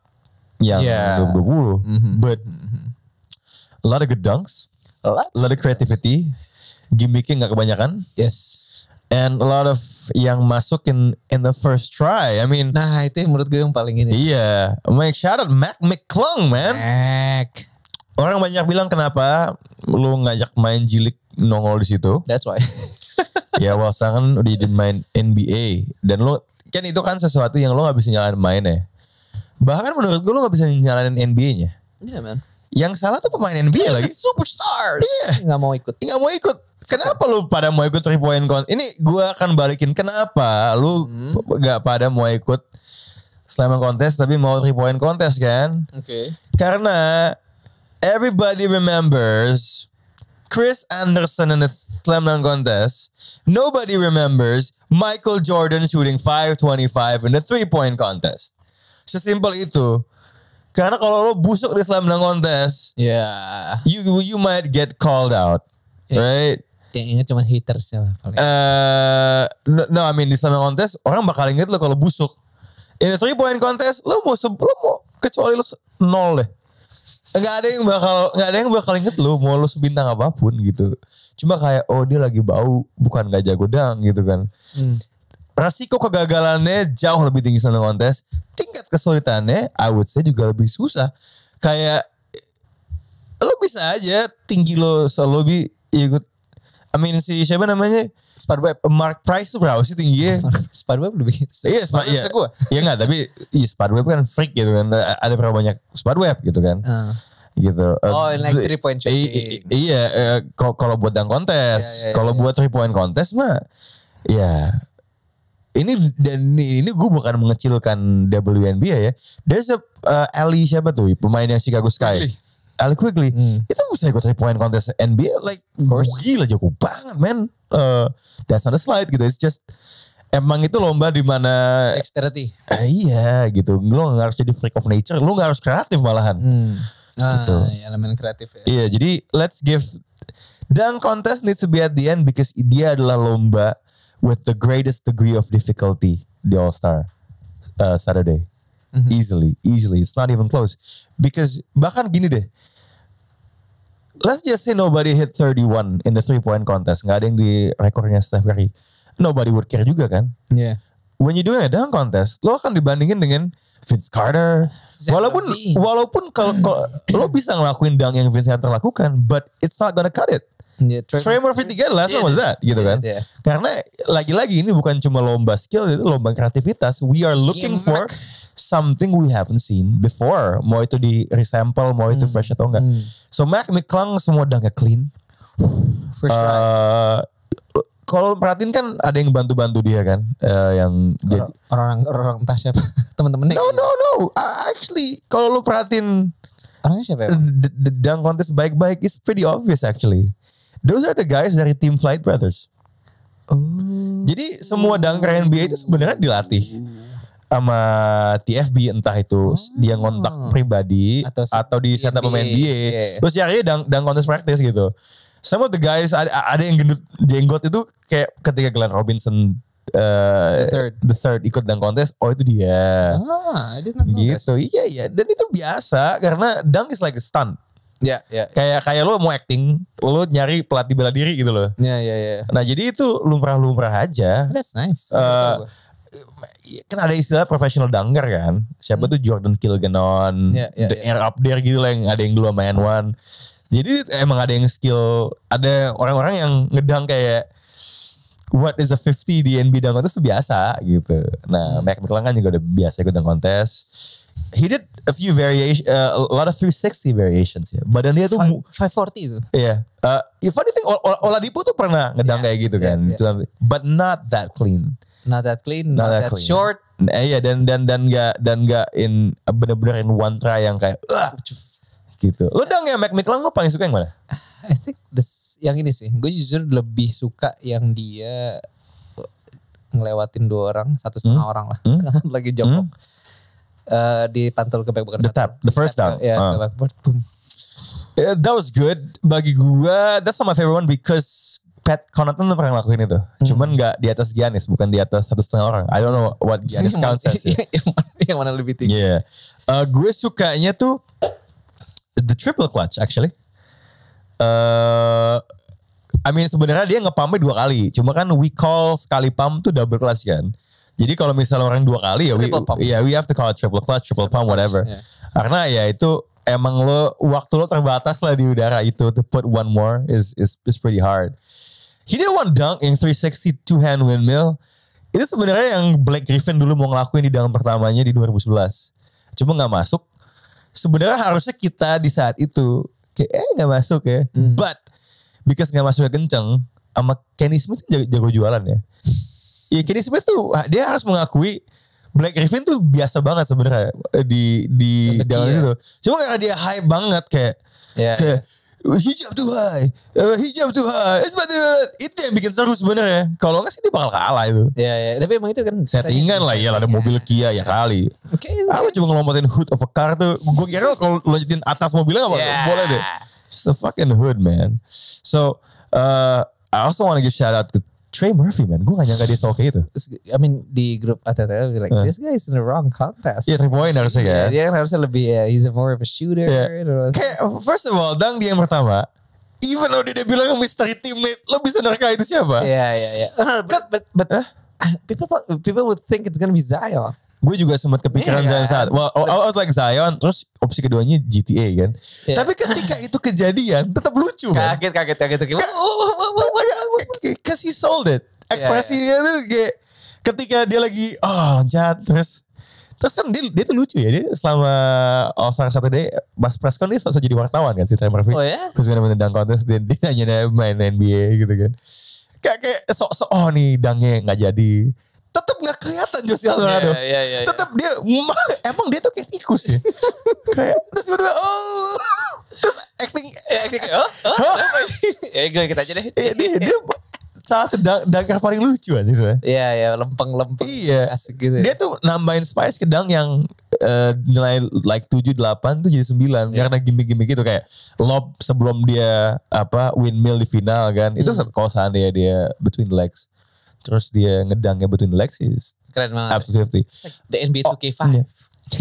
[SPEAKER 2] yang
[SPEAKER 3] Yeah.
[SPEAKER 2] 2020. But a lot of good dunks,
[SPEAKER 3] A lot.
[SPEAKER 2] Mm-hmm. a lot of creativity, gimmicknya nggak kebanyakan,
[SPEAKER 3] Yes.
[SPEAKER 2] and a lot of yang masuk in in the first try. I mean,
[SPEAKER 3] Nah itu yang menurut gue yang paling ini.
[SPEAKER 2] iya, my shout out Mac McClung man.
[SPEAKER 3] Mac.
[SPEAKER 2] orang banyak bilang kenapa lu ngajak main jilik nongol di situ
[SPEAKER 3] That's why.
[SPEAKER 2] ya Wilson kan udah jadi main NBA dan lu kan itu kan sesuatu yang lu nggak bisa nyalain mainnya bahkan menurut gue lu nggak bisa nyalain NBA-nya
[SPEAKER 3] yeah Iya, man.
[SPEAKER 2] yang salah tuh pemain NBA lagi
[SPEAKER 3] Superstars. Iya. Nggak mau ikut.
[SPEAKER 2] nggak mau ikut kenapa lu pada mau ikut three point con ini gue akan balikin kenapa lu nggak pada mau ikut slam kontes tapi mau three point kontes kan
[SPEAKER 3] Oke.
[SPEAKER 2] Karena everybody remembers Chris Anderson in the slam dunk contest. Nobody remembers Michael Jordan shooting 525 in the three point contest. Sesimpel itu. Karena kalau lo busuk di slam dunk contest,
[SPEAKER 3] Ya.
[SPEAKER 2] you you might get called out.
[SPEAKER 3] Yeah.
[SPEAKER 2] Right?
[SPEAKER 3] Yang ingat cuma hatersnya lah paling.
[SPEAKER 2] Eh, no, no, I mean di slam dunk contest orang bakal inget lo kalau busuk. In the three point contest lo mau se- lo mau kecuali lo se- nol deh. Gak ada yang bakal gak ada yang bakal inget lo mau lo sebintang apapun gitu. Cuma kayak oh dia lagi bau bukan gak jago dang gitu kan. Resiko kegagalannya jauh lebih tinggi slam dunk contest. Tingkat kesulitannya I would say juga lebih susah. Kayak lo bisa aja tinggi lo selalu ikut I mean si siapa namanya
[SPEAKER 3] Spiderweb.
[SPEAKER 2] Mark Price tuh berapa sih tingginya?
[SPEAKER 3] Spiderweb lebih.
[SPEAKER 2] Iya, Spud
[SPEAKER 3] Spiderweb
[SPEAKER 2] iya.
[SPEAKER 3] gue.
[SPEAKER 2] Iya enggak, tapi iya, Spudweb kan freak gitu kan. A- Ada berapa banyak Spudweb gitu kan.
[SPEAKER 3] Ah.
[SPEAKER 2] Gitu.
[SPEAKER 3] Oh,
[SPEAKER 2] Eh,
[SPEAKER 3] like
[SPEAKER 2] th-
[SPEAKER 3] three point
[SPEAKER 2] i- i-
[SPEAKER 3] shooting.
[SPEAKER 2] Iya, eh, ko- kalau buat dang kontes,
[SPEAKER 3] Iya, iya,
[SPEAKER 2] kalau
[SPEAKER 3] iya.
[SPEAKER 2] buat three point kontes mah ya ini dan ini gue bukan mengecilkan WNBA ya. There's a eh, Ali siapa tuh pemain yang Chicago Sky. Ali Quigley itu bisa ikut three point contest NBA like
[SPEAKER 3] Hmm. course.
[SPEAKER 2] gila jago banget man. Eh, that's not a slide gitu. It's just emang itu lomba di mana
[SPEAKER 3] Dexterity.
[SPEAKER 2] eh, iya gitu. Lo nggak harus jadi freak of nature. Lo nggak harus kreatif malahan.
[SPEAKER 3] Hmm. Ah,
[SPEAKER 2] Gitu.
[SPEAKER 3] elemen kreatif ya.
[SPEAKER 2] Iya, jadi let's give dan contest needs to be at the end because dia adalah lomba with the greatest degree of difficulty di All Star uh, Saturday. Easily, easily. It's not even close. Because bahkan gini deh. Let's just say nobody hit 31 in the three point contest. Nggak ada yang di rekornya Steph Curry. Nobody would care juga kan.
[SPEAKER 3] Iya.
[SPEAKER 2] When you doing a dunk contest, lo akan dibandingin dengan Vince Carter.
[SPEAKER 3] Zach
[SPEAKER 2] walaupun
[SPEAKER 3] Levine.
[SPEAKER 2] walaupun kalau kalau lo bisa ngelakuin dunk yang Vince Carter lakukan, but it's not gonna cut it.
[SPEAKER 3] Iya,
[SPEAKER 2] Trey Murphy tiga last
[SPEAKER 3] Iya,
[SPEAKER 2] one was
[SPEAKER 3] iya.
[SPEAKER 2] that gitu
[SPEAKER 3] Iya,
[SPEAKER 2] kan.
[SPEAKER 3] iya.
[SPEAKER 2] Karena lagi-lagi ini bukan cuma lomba skill, itu lomba kreativitas. We are looking for something we haven't seen before. Mau itu di resample, mau itu
[SPEAKER 3] Hmm.
[SPEAKER 2] fresh atau enggak. So Mac McClung semua dunknya clean.
[SPEAKER 3] First try.
[SPEAKER 2] Eh, kalau perhatiin kan ada yang bantu-bantu dia kan eh, yang
[SPEAKER 3] Uh-huh.
[SPEAKER 2] jadi
[SPEAKER 3] orang orang entah siapa teman-temannya
[SPEAKER 2] No no no, Uh, actually kalau lu perhatiin eh,
[SPEAKER 3] orangnya siapa ya?
[SPEAKER 2] the, the dunk contest baik-baik, it's pretty obvious actually. Those are the guys dari tim Flight Brothers.
[SPEAKER 3] Oh.
[SPEAKER 2] Jadi
[SPEAKER 3] Hmm.
[SPEAKER 2] semua dunker NBA itu sebenarnya dilatih sama TFB entah itu dia ngontak pribadi
[SPEAKER 3] Ah. Atau
[SPEAKER 2] atau,
[SPEAKER 3] se-
[SPEAKER 2] di setup sama
[SPEAKER 3] NBA,
[SPEAKER 2] NBA.
[SPEAKER 3] iya.
[SPEAKER 2] Terus caranya dunk, dunk contest practice gitu. Some of the guys ada, ada yang gendut jenggot itu kayak ketika Glenn Robinson eh,
[SPEAKER 3] The third.
[SPEAKER 2] ikut dalam kontes, oh itu dia.
[SPEAKER 3] Ah, I did not know this.
[SPEAKER 2] Oh. gitu. Iya iya. Dan itu biasa karena dunk is like a stunt.
[SPEAKER 3] Ya, ya.
[SPEAKER 2] Kayak kayak lo mau acting, lo nyari pelatih bela diri gitu loh.
[SPEAKER 3] Ya, ya, ya.
[SPEAKER 2] Nah, jadi itu lumrah-lumrah aja.
[SPEAKER 3] That's nice.
[SPEAKER 2] Eh, kan ada istilah professional dunker kan. Siapa tuh Jordan Kilgannon,
[SPEAKER 3] Hmm. Iya, iya,
[SPEAKER 2] the air up there gitu lah yang ada yang dulu sama N1. Jadi emang ada yang skill, ada orang-orang yang ngedang kayak what is a 50 di NB dunk contest itu biasa gitu.
[SPEAKER 3] Hmm.
[SPEAKER 2] Nah, Mac McClung kan juga udah biasa ikut dunk contest. He did a few variation, uh, a lot of 360 variations ya. Badan dia tuh mu-
[SPEAKER 3] 540 itu.
[SPEAKER 2] Iya. Eh, if anything, Ola- Ola- Oladipo tuh pernah ngedang
[SPEAKER 3] Iya,
[SPEAKER 2] kayak gitu
[SPEAKER 3] iya,
[SPEAKER 2] kan.
[SPEAKER 3] iya.
[SPEAKER 2] Cuma- But not that clean.
[SPEAKER 3] Not that clean,
[SPEAKER 2] Not
[SPEAKER 3] not,
[SPEAKER 2] that
[SPEAKER 3] that,
[SPEAKER 2] clean.
[SPEAKER 3] short.
[SPEAKER 2] Nah, iya dan dan dan nggak dan nggak in bener-bener in one try yang kayak "Ah!" gitu. Lo dang ya Mac McClung lo paling suka yang mana?
[SPEAKER 3] I think this, yang ini sih. Gue jujur lebih suka yang dia uh, ngelewatin dua orang, satu
[SPEAKER 2] Hmm?
[SPEAKER 3] setengah orang lah. Lagi jongkok. Eh, di pantul ke backboard.
[SPEAKER 2] The tap, the first down.
[SPEAKER 3] Ya,
[SPEAKER 2] Ah.
[SPEAKER 3] ke backboard. Boom.
[SPEAKER 2] Eh, that was good bagi gua. That's not my favorite one because Pat Connaughton tuh pernah ngelakuin itu. Cuman nggak di atas Giannis, bukan di atas satu setengah orang. I don't know what Giannis
[SPEAKER 3] Yang mana-
[SPEAKER 2] counts as. ya.
[SPEAKER 3] yang mana- yang mana lebih tinggi?
[SPEAKER 2] Yeah. Uh, gue sukanya tuh the triple clutch actually. Uh, I mean sebenarnya dia ngepumpnya dua kali. Cuma kan we call sekali pump tuh double clutch kan. Jadi kalau misalnya orang dua kali ya we,
[SPEAKER 3] Triple pump.
[SPEAKER 2] yeah, we have to call it triple clutch, triple, pump, whatever.
[SPEAKER 3] yeah.
[SPEAKER 2] Karena ya itu emang lo waktu lo terbatas lah di udara itu to put one more is is is pretty hard. He did one dunk in 360 two hand windmill. Itu sebenarnya yang Blake Griffin dulu mau ngelakuin di dunk pertamanya di 2011. Cuma nggak masuk. Sebenarnya harusnya kita di saat itu kayak eh nggak masuk ya.
[SPEAKER 3] Hmm.
[SPEAKER 2] But because nggak masuknya kenceng sama Kenny Smith jago, jago jualan ya. Ya Kenny Smith tuh dia harus mengakui Blake Griffin tuh biasa banget sebenarnya eh, di di
[SPEAKER 3] Kecil
[SPEAKER 2] dalam
[SPEAKER 3] ya.
[SPEAKER 2] itu. Cuma karena dia high banget kayak
[SPEAKER 3] Ya,
[SPEAKER 2] kayak "Oh, hijab tuh high, eh, hijab tuh high. It's about to- itu yang bikin seru sebenarnya. Kalau nggak sih dia bakal kalah itu.
[SPEAKER 3] Ya, ya. Tapi emang itu kan.
[SPEAKER 2] Settingan lah ya ada mobil Kia ya kali.
[SPEAKER 3] Oke.
[SPEAKER 2] Ah, lu cuma ngelompotin hood of a car tuh. Gue kira kalau lonjatin atas mobilnya gak bakal
[SPEAKER 3] Yeah.
[SPEAKER 2] boleh deh. Just a fucking hood man. So uh, I also want to give shout out to Trey Murphy man. Gue gak nyangka dia seoke itu.
[SPEAKER 3] Terus, I mean di grup ATTL be like
[SPEAKER 2] Eh.
[SPEAKER 3] this guy is in the wrong contest.
[SPEAKER 2] Iya three point harusnya
[SPEAKER 3] Ya,
[SPEAKER 2] kan.
[SPEAKER 3] dia kan harusnya lebih ya, he's a more of a shooter.
[SPEAKER 2] Iya.
[SPEAKER 3] and all that.
[SPEAKER 2] Kayak first of all Dang dia yang pertama. Even though dia bilang mystery teammate. Lo bisa nerka itu siapa? Kan-
[SPEAKER 3] Ya ya ya. But but, but people thought, people would think it's gonna be Zion.
[SPEAKER 2] Gue juga sempat kepikiran
[SPEAKER 3] Iya.
[SPEAKER 2] Zion saat. Well, I I was like Zion. Terus opsi keduanya GTA kan.
[SPEAKER 3] Iya.
[SPEAKER 2] Tapi ketika itu kejadian tetap lucu. man.
[SPEAKER 3] Kaget kaget kaget kaget. Wah, wah, wah, wah, wah, wah, wah.
[SPEAKER 2] Because he sold it. Ekspresinya tuh kayak ketika dia lagi oh loncat terus terus kan dia, dia tuh lucu ya dia selama All Star Saturday Mas Preskon dia sosok jadi wartawan kan si Trey Murphy.
[SPEAKER 3] Oh, ya?
[SPEAKER 2] Terus kan menendang kontes dia, dia nanya nanya main NBA gitu kan. Kayak kayak sok sok oh nih dangnya nggak jadi. Tetap nggak kelihatan Josie Alvarado.
[SPEAKER 3] Iya, iya, iya, iya.
[SPEAKER 2] Tetap dia emang dia tuh kayak tikus ya. kayak terus berdua oh terus acting
[SPEAKER 3] Ya, kayak, oh, oh, apa ini? Ya gue ikut aja deh.
[SPEAKER 2] Iya dia, dia salah satu dang- dangkal paling lucu aja sebenarnya.
[SPEAKER 3] Iya ya lempeng lempeng.
[SPEAKER 2] Iya.
[SPEAKER 3] Asik gitu.
[SPEAKER 2] Dia
[SPEAKER 3] Ya.
[SPEAKER 2] tuh nambahin spice ke dang yang eh, nilai like 7 8 tuh jadi 9 karena gimmick-gimmick gitu kayak lob sebelum dia apa windmill di final kan. Itu kalau seandainya dia between the legs terus dia ngedangnya between the legs is
[SPEAKER 3] Keren banget.
[SPEAKER 2] absolutely 50.
[SPEAKER 3] The NBA
[SPEAKER 2] Oh,
[SPEAKER 3] 2K5.
[SPEAKER 2] iya.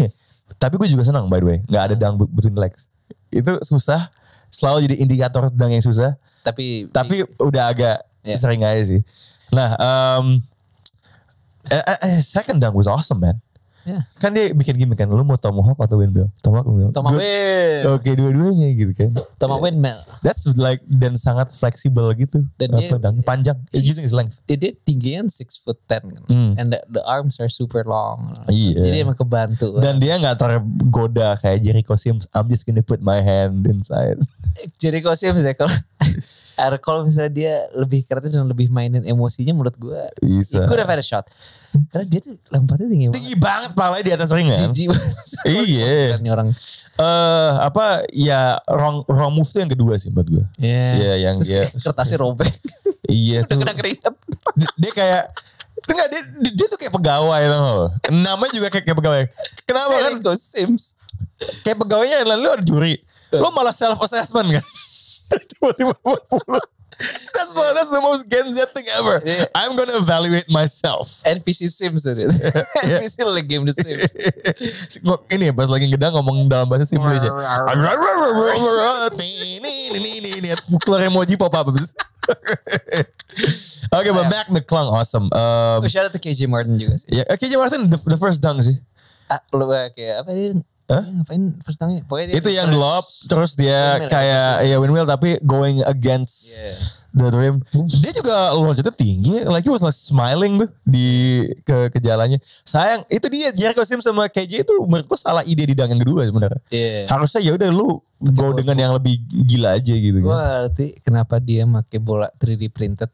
[SPEAKER 2] Tapi gue juga senang by the way, nggak ada dang between the legs. Itu susah, selalu jadi indikator dang yang susah
[SPEAKER 3] Tapi
[SPEAKER 2] tapi udah agak
[SPEAKER 3] Yeah.
[SPEAKER 2] sering aja sih. Nah, um, eh, eh, eh, second dunk was awesome man.
[SPEAKER 3] Yeah.
[SPEAKER 2] Kan dia bikin gimmick kan, lu mau tomahawk atau windmill? Tomahawk windmill.
[SPEAKER 3] Thomas
[SPEAKER 2] Dua-
[SPEAKER 3] Win.
[SPEAKER 2] Oke, dua-duanya gitu kan.
[SPEAKER 3] Thomas Windmill.
[SPEAKER 2] That's like dan sangat fleksibel gitu.
[SPEAKER 3] Dan
[SPEAKER 2] Apa,
[SPEAKER 3] dia- Iya.
[SPEAKER 2] dunk, panjang. It's using his length.
[SPEAKER 3] dia, eh, dia tinggian 6 foot 10 kan. And the, the arms are super long.
[SPEAKER 2] Hmm. Iya.
[SPEAKER 3] Jadi emang kebantu.
[SPEAKER 2] Dan dia nggak tergoda kayak Jericho Sims. I'm just gonna put my hand inside.
[SPEAKER 3] Jericho Sims ya kalau Ar- kalau misalnya dia lebih kreatif dan lebih mainin emosinya menurut gue
[SPEAKER 2] Bisa.
[SPEAKER 3] He could have had a shot. Karena dia tuh lompatnya tinggi banget.
[SPEAKER 2] Tinggi banget palanya di atas ring kan.
[SPEAKER 3] Jijik banget.
[SPEAKER 2] Iya.
[SPEAKER 3] Ini orang.
[SPEAKER 2] Eh apa ya wrong wrong move tuh yang kedua sih menurut gue.
[SPEAKER 3] Iya.
[SPEAKER 2] Iya, yang
[SPEAKER 3] Terus
[SPEAKER 2] dia-
[SPEAKER 3] kayak gitu. kertasnya robek.
[SPEAKER 2] Iya
[SPEAKER 3] Udah
[SPEAKER 2] tuh.
[SPEAKER 3] kena keringat.
[SPEAKER 2] dia, dia kayak enggak dia, dia, dia tuh kayak pegawai loh. Namanya juga kayak, kayak pegawai. Kenapa kan
[SPEAKER 3] Jericho Sims.
[SPEAKER 2] kayak pegawainya adalah lu ada juri. Lu malah self assessment kan. tiba-tiba 40. That's the, that's the most Gen Z thing ever.
[SPEAKER 3] Yeah.
[SPEAKER 2] I'm gonna evaluate myself.
[SPEAKER 3] NPC Sims tuh dia.
[SPEAKER 2] Iya.
[SPEAKER 3] NPC lagi game The Sims.
[SPEAKER 2] Si- ngo- ini ya, pas lagi gedang ngomong dalam bahasa ya. Indonesia. Keluar emoji pop up. abis. Oke,
[SPEAKER 3] Iya.
[SPEAKER 2] but back McClung awesome. Um,
[SPEAKER 3] Oh, shout out to KJ Martin juga sih.
[SPEAKER 2] ya, KJ Martin the, the first dunk sih.
[SPEAKER 3] Ah, lu kayak apa dia?
[SPEAKER 2] Hah?
[SPEAKER 3] Dia Ngapain first time-nya? Pokoknya dia
[SPEAKER 2] Itu yang lob terus dia
[SPEAKER 3] Windmill,
[SPEAKER 2] kayak ya windmill tapi going against
[SPEAKER 3] Yeah.
[SPEAKER 2] the rim. Dia juga loncatnya tinggi, like he was like smiling tuh di ke ke jalannya. Sayang, itu dia Jericho Sims sama KJ itu menurutku salah ide di dunk yang kedua sebenarnya.
[SPEAKER 3] Iya.
[SPEAKER 2] Harusnya ya udah lu go
[SPEAKER 3] bola.
[SPEAKER 2] dengan yang lebih gila aja gitu
[SPEAKER 3] Gue
[SPEAKER 2] kan.
[SPEAKER 3] ngerti kenapa dia pakai bola 3D printed.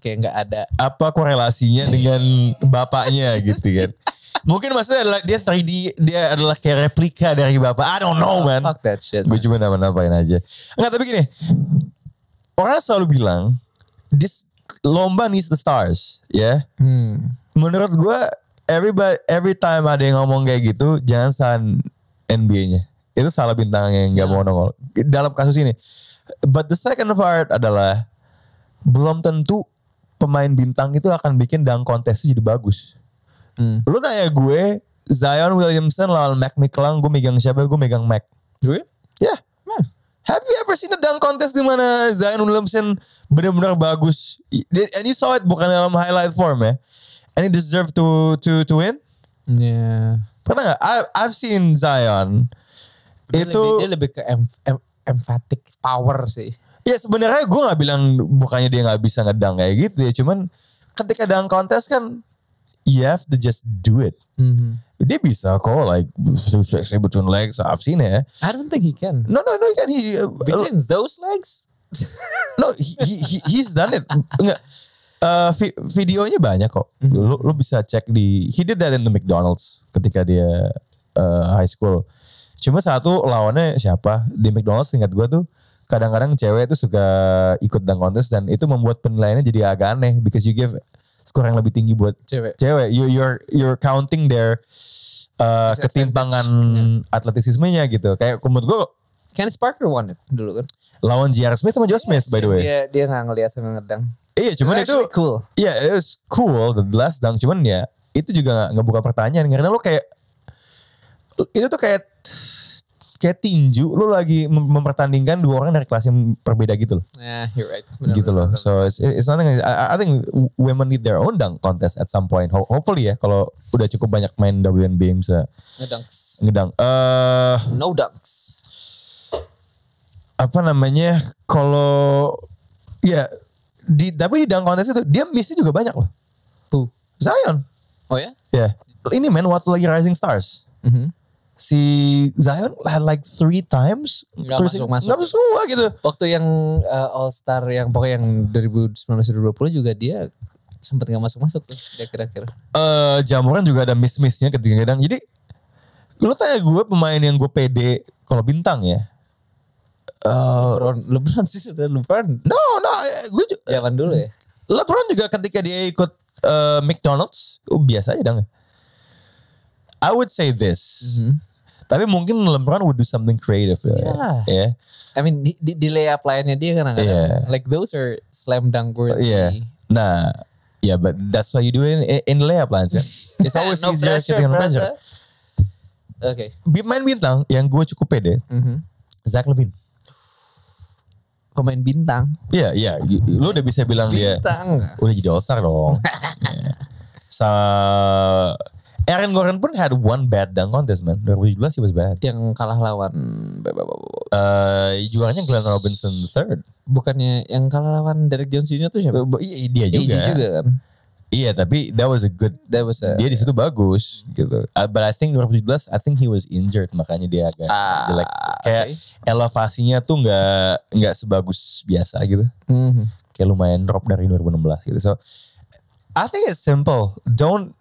[SPEAKER 3] Kayak nggak ada.
[SPEAKER 2] Apa korelasinya dengan bapaknya gitu kan. Mungkin maksudnya adalah dia 3D, dia adalah kayak replika dari bapak. I don't know Oh, man.
[SPEAKER 3] Fuck that shit.
[SPEAKER 2] Gue cuma nambah-nambahin aja. Enggak tapi gini. Orang selalu bilang. This lomba needs the stars. Ya.
[SPEAKER 3] Hmm.
[SPEAKER 2] Menurut gue. Everybody, every time ada yang ngomong kayak gitu. Jangan saran NBA-nya. Itu salah bintang yang gak mau nongol. Dalam kasus ini. But the second part adalah. Belum tentu. Pemain bintang itu akan bikin dunk contest jadi bagus.
[SPEAKER 3] Hmm.
[SPEAKER 2] Lu nanya gue. Zion Williamson lawan Mac McClung. Gue megang siapa? Gue megang Mac.
[SPEAKER 3] Gue?
[SPEAKER 2] Ya. Have you ever seen a dunk contest di mana Zion Williamson benar-benar bagus? And you saw it bukan dalam highlight form ya. And he deserve to to to win.
[SPEAKER 3] Ya.
[SPEAKER 2] Pernah nggak? I- I've seen Zion.
[SPEAKER 3] Dia
[SPEAKER 2] itu
[SPEAKER 3] lebih, dia lebih ke em, em- emphatic power sih.
[SPEAKER 2] ya sebenarnya gue nggak bilang bukannya dia nggak bisa ngedang kayak gitu ya. Cuman ketika dunk contest kan you have to just do it.
[SPEAKER 3] Mhm.
[SPEAKER 2] Dia bisa kok like between legs. I've seen it. ya.
[SPEAKER 3] I don't think he can.
[SPEAKER 2] No no no kan he
[SPEAKER 3] Between those legs?
[SPEAKER 2] No, he, he, he- he's done it. Enggak. Eh, vi- videonya banyak kok.
[SPEAKER 3] Mhm.
[SPEAKER 2] Lu, lu bisa cek di he did that in the McDonald's ketika dia eh, high school. Cuma satu lawannya siapa di McDonald's ingat gue tuh kadang-kadang cewek itu suka ikut dunk contest dan itu membuat penilaiannya jadi agak aneh because you give skor yang lebih tinggi buat
[SPEAKER 3] Cewek.
[SPEAKER 2] cewek. You you're you're counting their eh,
[SPEAKER 3] Disadvantage.
[SPEAKER 2] ketimpangan
[SPEAKER 3] Iya.
[SPEAKER 2] atletisismenya gitu. Kayak menurut gue
[SPEAKER 3] Candice Parker won it dulu kan.
[SPEAKER 2] lawan J.R. Smith sama Joe Smith by the way.
[SPEAKER 3] Dia dia nggak ngelihat sama ngedang.
[SPEAKER 2] Iya, cuman itu
[SPEAKER 3] Iya. Actually cool.
[SPEAKER 2] Ya, it was cool the last dunk. Cuman ya itu juga nggak ngebuka pertanyaan karena lo kayak itu tuh kayak kayak tinju lo lagi mem- mempertandingkan dua orang dari kelas yang berbeda gitu loh
[SPEAKER 3] Nah, you're right.
[SPEAKER 2] gitu loh so it's, it's nothing I, I think women need their own dunk contest at some point Ho- hopefully ya kalau udah cukup banyak main WNBA yang bisa
[SPEAKER 3] Ngedunks.
[SPEAKER 2] ngedang eh
[SPEAKER 3] No dunks.
[SPEAKER 2] apa namanya kalau ya di tapi di dunk contest itu dia missnya juga banyak loh
[SPEAKER 3] Tuh.
[SPEAKER 2] Zion
[SPEAKER 3] Oh ya?
[SPEAKER 2] Ya. Ini men waktu lagi Rising Stars.
[SPEAKER 3] Mhm.
[SPEAKER 2] Si Zion had like three times.
[SPEAKER 3] Nggak
[SPEAKER 2] three six-
[SPEAKER 3] masuk-masuk.
[SPEAKER 2] nggak masuk semua gitu.
[SPEAKER 3] Waktu yang uh, All Star yang pokoknya yang 2019-2020 juga dia sempat nggak masuk-masuk tuh dia kira-kira.
[SPEAKER 2] Eh Jamoran juga ada miss-missnya ketika kadang. Jadi lu tanya gue pemain yang gue pede kalau bintang ya. Eh
[SPEAKER 3] LeBron, LeBron sih sudah LeBron.
[SPEAKER 2] no, no, eh, gue ju-
[SPEAKER 3] Zaman dulu ya.
[SPEAKER 2] LeBron juga ketika dia ikut eh, McDonald's oh, biasa aja dong. I would say this.
[SPEAKER 3] Mm-hmm.
[SPEAKER 2] Tapi mungkin LeBron would do something creative. Ya.
[SPEAKER 3] Yeah.
[SPEAKER 2] Yeah.
[SPEAKER 3] I mean di, di, di layup lainnya dia kan nggak
[SPEAKER 2] Iya.
[SPEAKER 3] like those are slam dunk worthy.
[SPEAKER 2] Yeah. Nah, yeah, but that's why you do it in, in layup lines kan. It's always
[SPEAKER 3] Eh, No
[SPEAKER 2] easier
[SPEAKER 3] pressure,
[SPEAKER 2] ketika no
[SPEAKER 3] brother.
[SPEAKER 2] pressure.
[SPEAKER 3] Oke.
[SPEAKER 2] Bi- Main bintang yang gue cukup pede,
[SPEAKER 3] Mhm.
[SPEAKER 2] Zach Levine.
[SPEAKER 3] Pemain bintang.
[SPEAKER 2] Iya, iya. y- Lu udah bisa bilang dia
[SPEAKER 3] Bintang.
[SPEAKER 2] udah jadi all star dong. Yeah. Sa Aaron Gordon pun had one bad dunk contest man. 2017 he was bad.
[SPEAKER 3] Yang kalah lawan
[SPEAKER 2] Eh juaranya Glenn Robinson III.
[SPEAKER 3] bukannya yang kalah lawan Derek Jones Jr tuh siapa?
[SPEAKER 2] Iya dia juga.
[SPEAKER 3] AG juga kan.
[SPEAKER 2] Iya tapi that was a good.
[SPEAKER 3] That was a,
[SPEAKER 2] Dia di situ bagus gitu. Uh, But I think 2017 I think he was injured makanya dia agak
[SPEAKER 3] Ah,
[SPEAKER 2] jelek. Kayak
[SPEAKER 3] oke.
[SPEAKER 2] elevasinya tuh nggak nggak sebagus biasa gitu.
[SPEAKER 3] Mhm.
[SPEAKER 2] Kayak lumayan drop dari 2016 gitu. So I think it's simple. Don't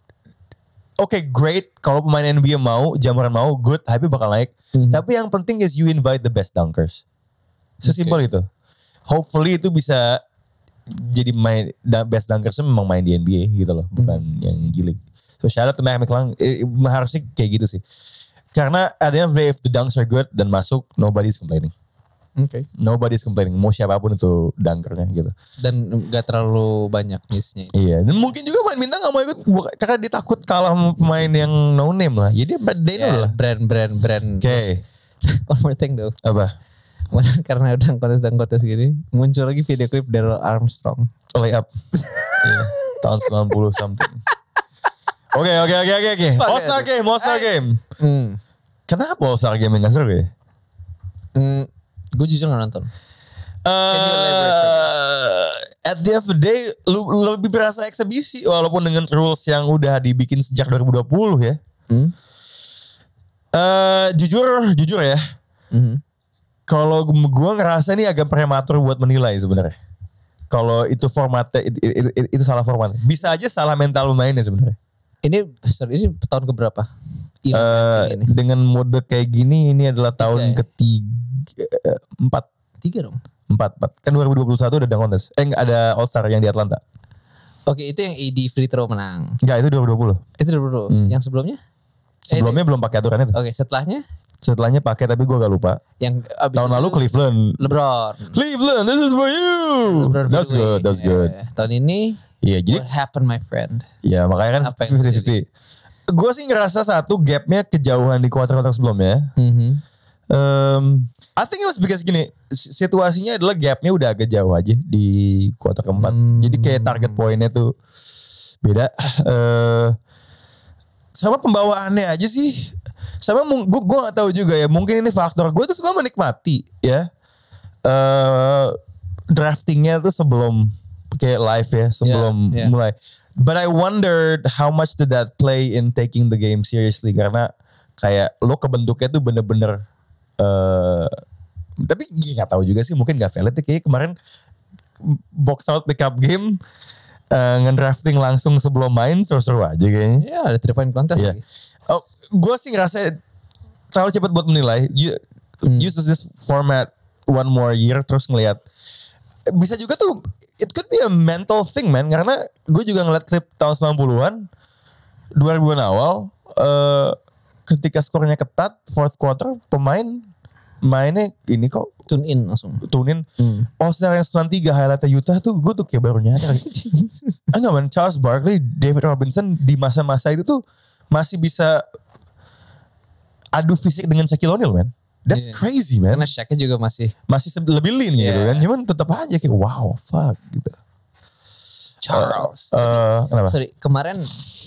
[SPEAKER 2] Oke great kalau pemain NBA mau, Jamoran mau, good, Happy bakal naik. Tapi yang penting is you invite the best dunkers. Sesimpel itu. Hopefully itu bisa jadi main da- best dunkers memang main di NBA gitu loh, bukan yang giling. So shout out to Mac McClung, Eh, harusnya kayak gitu sih. Karena at the end of the day, if the dunks are good dan masuk, nobody's complaining.
[SPEAKER 3] Oke.
[SPEAKER 2] Nobody's complaining. Mau siapapun itu dunkernya gitu.
[SPEAKER 3] Dan gak terlalu banyak missnya.
[SPEAKER 2] Iya, dan mungkin juga main bintang gak mau ikut buka- karena dia takut kalah sama pemain yang no name lah. Jadi dia dia
[SPEAKER 3] Ya,
[SPEAKER 2] lah.
[SPEAKER 3] brand brand brand.
[SPEAKER 2] Oke,
[SPEAKER 3] Terus, One more thing though.
[SPEAKER 2] apa?
[SPEAKER 3] Kemarin karena udah kontes dan kontes gini, muncul lagi video klip Daryl Armstrong.
[SPEAKER 2] Lay up. Iya, tahun 90 something. Oke, oke, oke, oke, oke. All Star Game, All Star Game.
[SPEAKER 3] Hmm.
[SPEAKER 2] Kenapa All Star Game yang gak seru ya?
[SPEAKER 3] Hmm. Gue jujur gak nonton. you elaborate
[SPEAKER 2] Eh, at the end of the day, lu, lu lebih berasa eksebisi walaupun dengan rules yang udah dibikin sejak 2020 ya.
[SPEAKER 3] Hmm.
[SPEAKER 2] Eh, jujur, jujur ya.
[SPEAKER 3] Mhm.
[SPEAKER 2] Kalau gue ngerasa ini agak prematur buat menilai sebenarnya. Kalau itu formatnya it- it- it- it- itu salah format. Bisa aja salah mental pemainnya sebenarnya.
[SPEAKER 3] Ini sorry, ini tahun keberapa? Ini,
[SPEAKER 2] Eh,
[SPEAKER 3] ini, ini.
[SPEAKER 2] dengan mode kayak gini ini adalah tahun
[SPEAKER 3] ya?
[SPEAKER 2] ketiga eh, empat
[SPEAKER 3] Tiga dong.
[SPEAKER 2] empat empat kan 2021 ada dang contest eh nggak, ada all star yang di Atlanta
[SPEAKER 3] Oke itu yang AD free throw menang.
[SPEAKER 2] enggak itu 2020
[SPEAKER 3] Itu dulu. Yang sebelumnya? Eh,
[SPEAKER 2] Hmm. sebelumnya belum pakai aturan itu
[SPEAKER 3] Oke setelahnya
[SPEAKER 2] setelahnya pakai tapi gue gak lupa
[SPEAKER 3] yang abis
[SPEAKER 2] tahun
[SPEAKER 3] itu
[SPEAKER 2] lalu Cleveland
[SPEAKER 3] LeBron.
[SPEAKER 2] Cleveland this is for you
[SPEAKER 3] LeBron
[SPEAKER 2] that's
[SPEAKER 3] Freeway.
[SPEAKER 2] good that's
[SPEAKER 3] Ya,
[SPEAKER 2] good
[SPEAKER 3] ya. Tahun ini
[SPEAKER 2] iya jadi
[SPEAKER 3] what happened my friend?
[SPEAKER 2] ya makanya kan
[SPEAKER 3] Apa yang
[SPEAKER 2] 50-50 gue sih ngerasa satu gapnya kejauhan di kuarter-kuarter sebelumnya ya.
[SPEAKER 3] Mhm.
[SPEAKER 2] Em, I think it was because gini si- situasinya adalah gapnya udah agak jauh aja di kuarter keempat jadi kayak target
[SPEAKER 3] Hmm.
[SPEAKER 2] poinnya tuh beda eh sama pembawaannya aja sih sama gue gue nggak tahu juga ya mungkin ini faktor gue tuh sebenarnya menikmati ya eh draftingnya tuh sebelum kayak live ya sebelum
[SPEAKER 3] Yeah, yeah.
[SPEAKER 2] mulai but I wondered how much did that play in taking the game seriously karena kayak lo kebentuknya tuh bener-bener eh tapi nggak tahu juga sih mungkin nggak valid kayak kemarin box out pickup game eh ngedrafting langsung sebelum main seru-seru aja kayaknya
[SPEAKER 3] Ya ada three point contest
[SPEAKER 2] Iya.
[SPEAKER 3] lagi.
[SPEAKER 2] Oh, gue sih ngerasa terlalu cepat buat menilai. You, Use this format one more year terus ngelihat. Bisa juga tuh it could be a mental thing man karena gue juga ngeliat klip tahun 90-an 2000-an awal eh ketika skornya ketat fourth quarter pemain mainnya ini kok
[SPEAKER 3] Tune in langsung.
[SPEAKER 2] tunin
[SPEAKER 3] Hmm.
[SPEAKER 2] All Star yang 93 highlightnya Utah tuh gue tuh kayak baru nyadar enggak man Charles Barkley David Robinson di masa-masa itu tuh masih bisa adu fisik dengan Shaquille O'Neal man that's
[SPEAKER 3] Iya.
[SPEAKER 2] crazy man
[SPEAKER 3] Karena Shaq juga masih
[SPEAKER 2] masih se- lebih lean gitu
[SPEAKER 3] Iya.
[SPEAKER 2] kan cuman tetap aja kayak wow fuck gitu
[SPEAKER 3] Charles.
[SPEAKER 2] Eh, kenapa
[SPEAKER 3] Sorry kemarin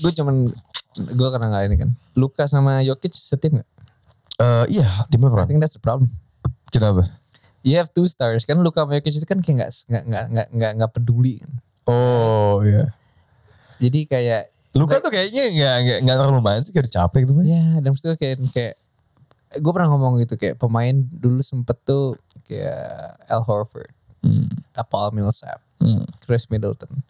[SPEAKER 3] gue cuman gue karena nggak ini kan. Luka sama Jokic setim gak?
[SPEAKER 2] Eh, iya timnya
[SPEAKER 3] I
[SPEAKER 2] peran
[SPEAKER 3] think that's the problem.
[SPEAKER 2] kenapa
[SPEAKER 3] You have two stars kan Luka sama Jokic itu kan kayak nggak nggak nggak nggak nggak nggak peduli. Kan.
[SPEAKER 2] oh iya
[SPEAKER 3] Jadi kayak
[SPEAKER 2] Luka
[SPEAKER 3] Nah.
[SPEAKER 2] tuh kayaknya nggak nggak nggak terlalu main sih kayak udah capek gitu man
[SPEAKER 3] Ya, dan maksud gue kayak kayak gue pernah ngomong gitu kayak pemain dulu sempet tuh kayak Al Horford, Paul Millsap, Chris Middleton,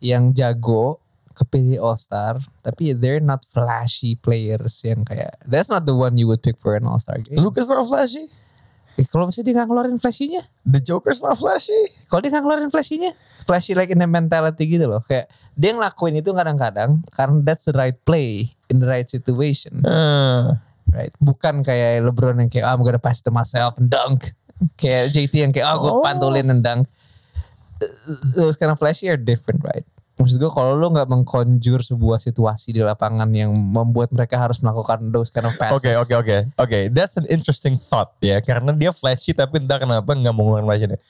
[SPEAKER 3] yang jago kepilih All Star, tapi they're not flashy players yang kayak that's not the one you would pick for an All Star game.
[SPEAKER 2] Luka's not flashy
[SPEAKER 3] Eh, kalau misalnya dia nggak ngeluarin flashinya,
[SPEAKER 2] the Joker's not flashy
[SPEAKER 3] kalau dia nggak ngeluarin flashinya, flashy like in the mentality gitu loh, kayak dia ngelakuin itu kadang-kadang karena that's the right play in the right situation.
[SPEAKER 2] Eh.
[SPEAKER 3] right? Bukan kayak LeBron yang kayak oh, I'm gonna pass it to myself and dunk. Kayak JT yang kayak oh gue
[SPEAKER 2] Oh.
[SPEAKER 3] pantulin and dunk. Those kind of flashy are different, right? Maksud gue kalau lo nggak mengkonjur sebuah situasi di lapangan yang membuat mereka harus melakukan those kind of passes.
[SPEAKER 2] Oke oke oke oke. That's an interesting thought ya karena dia flashy tapi entah kenapa nggak mau ngeluarin flashy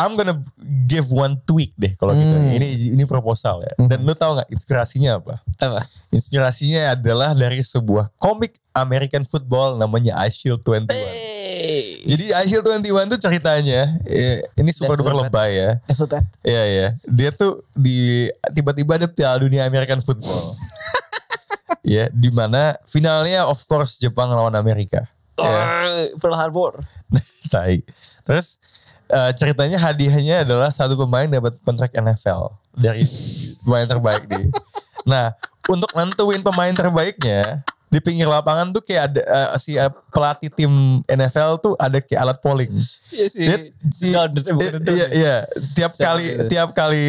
[SPEAKER 2] I'm gonna give one tweak deh kalau gitu. Ini ini proposal ya. Dan lu tahu nggak inspirasinya apa?
[SPEAKER 3] Apa?
[SPEAKER 2] Inspirasinya adalah dari sebuah komik American football namanya Ice Shield 21. Jadi Ice Shield 21 tuh ceritanya eh, ini super duper
[SPEAKER 3] Development.
[SPEAKER 2] lebay ya.
[SPEAKER 3] Level bad.
[SPEAKER 2] Iya ya, dia tuh di tiba-tiba ada Piala Dunia American Football. ya, di mana finalnya of course Jepang lawan Amerika. Ya,
[SPEAKER 3] Oh, Pearl Harbor.
[SPEAKER 2] tai. Terus eh, ceritanya hadiahnya adalah satu pemain dapat kontrak NFL dari pemain terbaik di. Nah, untuk nentuin pemain terbaiknya di pinggir lapangan tuh kayak ada eh, si eh, pelatih tim NFL tuh ada kayak alat polling.
[SPEAKER 3] Iya sih.
[SPEAKER 2] Dia- si-
[SPEAKER 3] Don, eh, bukan Don.
[SPEAKER 2] iya, iya. tiap
[SPEAKER 3] Siapa gitu?
[SPEAKER 2] kali
[SPEAKER 3] itu?
[SPEAKER 2] tiap kali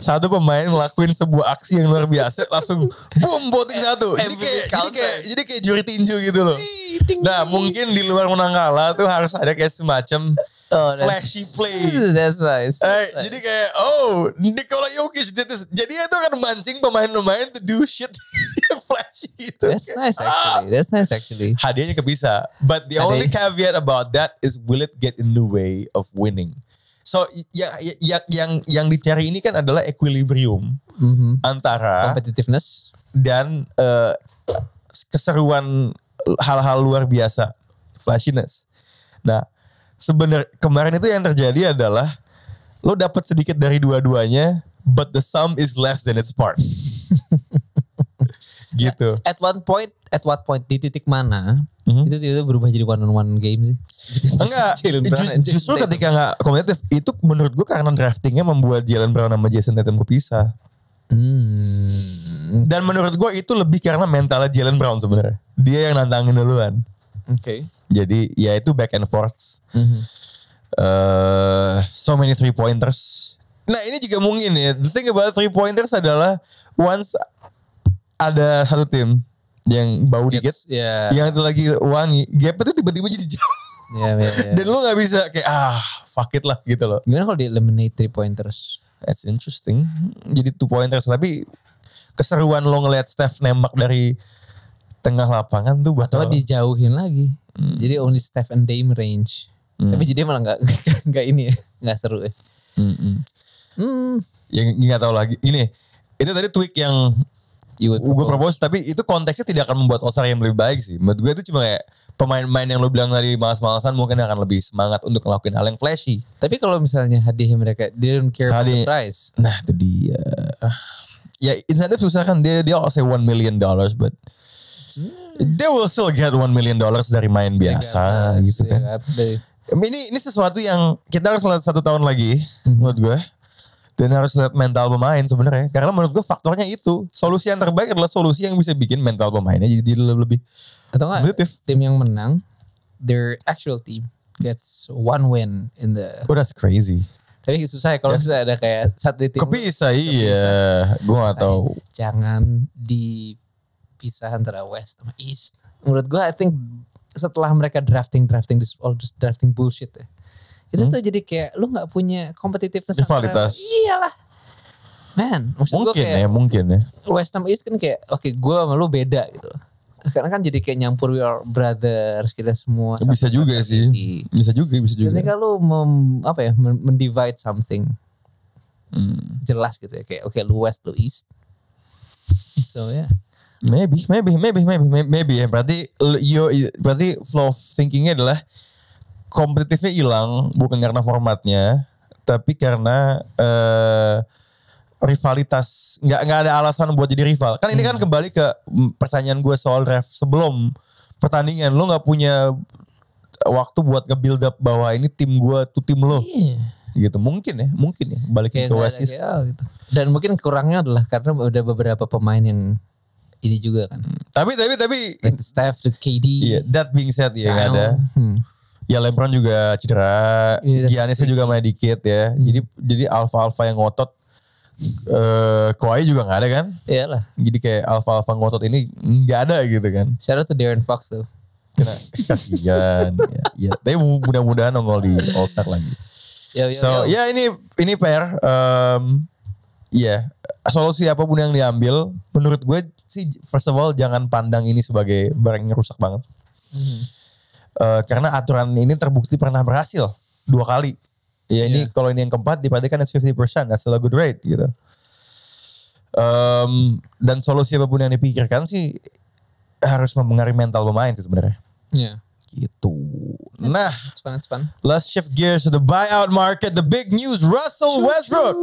[SPEAKER 2] satu pemain ngelakuin sebuah aksi yang luar biasa langsung boom voting satu. Jadi
[SPEAKER 3] MVP
[SPEAKER 2] kayak jadi
[SPEAKER 3] counter.
[SPEAKER 2] kayak jadi kayak juri tinju gitu loh. Nah, mungkin di luar menang kalah tuh harus ada kayak semacam
[SPEAKER 3] Oh, that's-
[SPEAKER 2] flashy play.
[SPEAKER 3] That's nice.
[SPEAKER 2] Eh, jadi kayak oh Nikola Jokic did this. Jadi itu akan mancing pemain-pemain to do shit gitu. Ah, yang flashy itu.
[SPEAKER 3] That's nice actually. That's nice actually.
[SPEAKER 2] Hadiahnya kebisa. But the only caveat about that is will it get in the way of winning? So ya, ya- ya- yang yang dicari ini kan adalah equilibrium
[SPEAKER 3] Mhm.
[SPEAKER 2] antara
[SPEAKER 3] Competitiveness.
[SPEAKER 2] dan eh, keseruan hal-hal luar biasa flashiness. Nah, sebenarnya kemarin itu yang terjadi adalah lo dapat sedikit dari dua-duanya, but the sum is less than its parts. gitu.
[SPEAKER 3] At one point, at what point di titik mana itu tiba-tiba berubah jadi one on one game sih?
[SPEAKER 2] Enggak,
[SPEAKER 3] Jalen
[SPEAKER 2] ju-
[SPEAKER 3] Brown and Jason
[SPEAKER 2] justru
[SPEAKER 3] Tatum.
[SPEAKER 2] ketika nggak kompetitif itu menurut gue karena draftingnya membuat Jalen Brown sama Jason Tatum kepisah.
[SPEAKER 3] Hmm,
[SPEAKER 2] Dan menurut gue itu lebih karena mentalnya Jalen Brown sebenarnya. Dia yang nantangin duluan.
[SPEAKER 3] oke.
[SPEAKER 2] Jadi ya itu back and forth.
[SPEAKER 3] Mhm.
[SPEAKER 2] eh so many three pointers. Nah ini juga mungkin ya. The thing about three pointers adalah once ada satu tim yang bau dikit,
[SPEAKER 3] It's- Ya,
[SPEAKER 2] yang itu lagi wangi, gap itu tiba-tiba jadi jauh.
[SPEAKER 3] ya, ya, ya.
[SPEAKER 2] Dan lu nggak bisa kayak ah fuck it lah gitu loh.
[SPEAKER 3] Gimana kalau di eliminate three pointers?
[SPEAKER 2] That's interesting. Jadi two pointers tapi keseruan lo ngeliat Steph nembak dari tengah lapangan tuh
[SPEAKER 3] Atau
[SPEAKER 2] bakal
[SPEAKER 3] dijauhin lagi.
[SPEAKER 2] Hmm.
[SPEAKER 3] Jadi only Steph and Dame range. Tapi jadi malah nggak nggak ini ya, nggak seru ya. Hmm,
[SPEAKER 2] yang ya, nggak tahu lagi. Ini itu tadi tweak yang
[SPEAKER 3] you would
[SPEAKER 2] gue propose
[SPEAKER 3] propose.
[SPEAKER 2] tapi itu konteksnya tidak akan membuat All-Star yang lebih baik sih. Menurut gue itu cuma kayak pemain-pemain yang lo bilang tadi malas-malasan mungkin akan lebih semangat untuk ngelakuin hal yang flashy.
[SPEAKER 3] Tapi kalau misalnya hadiah mereka, they don't care about the
[SPEAKER 2] Hadiah.
[SPEAKER 3] prize.
[SPEAKER 2] Nah itu dia. Ya insentif susah kan dia dia all say one million dollars but they will still get one million dollars Hmm. dari main biasa
[SPEAKER 3] Yes,
[SPEAKER 2] gitu
[SPEAKER 3] ya
[SPEAKER 2] kan.
[SPEAKER 3] kan. Dari-
[SPEAKER 2] Ini ini sesuatu yang kita harus lihat satu tahun lagi menurut gue dan harus lihat mental pemain sebenarnya karena menurut gue faktornya itu solusi yang terbaik adalah solusi yang bisa bikin mental pemainnya jadi lebih
[SPEAKER 3] Atau enggak
[SPEAKER 2] kompetitif.
[SPEAKER 3] tim yang menang, their actual team gets one win in the.
[SPEAKER 2] Oh, that's crazy.
[SPEAKER 3] Tapi susah ya kalau misalnya ada kayak satu di tim.
[SPEAKER 2] Kepisah iya. Gue gak tau.
[SPEAKER 3] Jangan dipisah antara West sama East. Menurut gua I think setelah mereka drafting drafting this all this drafting bullshit ya.
[SPEAKER 2] Hmm?
[SPEAKER 3] Itu tuh jadi kayak lu nggak punya kompetitiveness. antara-
[SPEAKER 2] Rivalitas.
[SPEAKER 3] Iyalah. Man, maksud gua
[SPEAKER 2] Mungkin
[SPEAKER 3] kayak
[SPEAKER 2] ya, mungkin ya.
[SPEAKER 3] West Ham East kan kayak oke gue sama lu beda gitu loh. Karena kan jadi kayak nyampur we are brothers kita semua.
[SPEAKER 2] Bisa
[SPEAKER 3] satu
[SPEAKER 2] juga sih.
[SPEAKER 3] fraternity.
[SPEAKER 2] Bisa juga, bisa juga.
[SPEAKER 3] Ketika lu mem, apa ya men- mendivide something
[SPEAKER 2] Hmm.
[SPEAKER 3] jelas gitu ya kayak oke lu West lu East. So ya. Yeah.
[SPEAKER 2] Maybe, maybe, maybe, maybe, maybe, maybe ya. Berarti l- yo, i- berarti flow of thinkingnya adalah kompetitifnya hilang bukan karena formatnya, tapi karena eh rivalitas. Nggak nggak ada alasan buat jadi rival. Kan ini kan
[SPEAKER 3] Hmm.
[SPEAKER 2] kembali ke mm, pertanyaan gue soal draft sebelum pertandingan. Lo nggak punya waktu buat nge-build up bahwa ini tim gue tuh tim lo.
[SPEAKER 3] Iya.
[SPEAKER 2] gitu mungkin ya mungkin ya balikin
[SPEAKER 3] Kayak
[SPEAKER 2] ke
[SPEAKER 3] nggak
[SPEAKER 2] West
[SPEAKER 3] ada
[SPEAKER 2] East
[SPEAKER 3] kayak, oh, gitu. Dan mungkin kurangnya adalah karena ada beberapa pemain yang ini juga kan.
[SPEAKER 2] tapi tapi tapi
[SPEAKER 3] Like Steph, the KD,
[SPEAKER 2] Hmm. iya that being said ya nggak ada
[SPEAKER 3] Zion. Hmm.
[SPEAKER 2] ya Lebron juga cedera
[SPEAKER 3] Iya, that's Hmm.
[SPEAKER 2] Giannisnya juga main dikit ya jadi jadi alfa alfa yang ngotot eh Kawhi juga nggak ada kan
[SPEAKER 3] Iyalah.
[SPEAKER 2] jadi kayak alfa alfa ngotot ini nggak ada gitu kan
[SPEAKER 3] Shout out to Darren Fox tuh.
[SPEAKER 2] kena kasihan ya, ya. tapi mudah-mudahan nongol di All Star lagi
[SPEAKER 3] Yo, yo,
[SPEAKER 2] So
[SPEAKER 3] yo.
[SPEAKER 2] ya ini ini PR. Um, ya solusi apapun yang diambil, menurut gue sih first of all jangan pandang ini sebagai barang yang rusak banget. Eh, karena aturan ini terbukti pernah berhasil dua kali. Ya ini kalau ini yang keempat diperhatikan as 50%, that's still a good rate gitu. Um, dan solusi apapun yang dipikirkan sih harus mempengaruhi mental pemain sih sebenarnya.
[SPEAKER 3] Yeah.
[SPEAKER 2] Gitu. Nah,
[SPEAKER 3] It's fun, it's fun.
[SPEAKER 2] Let's shift gears to the buyout market. The big news, Russell Westbrook.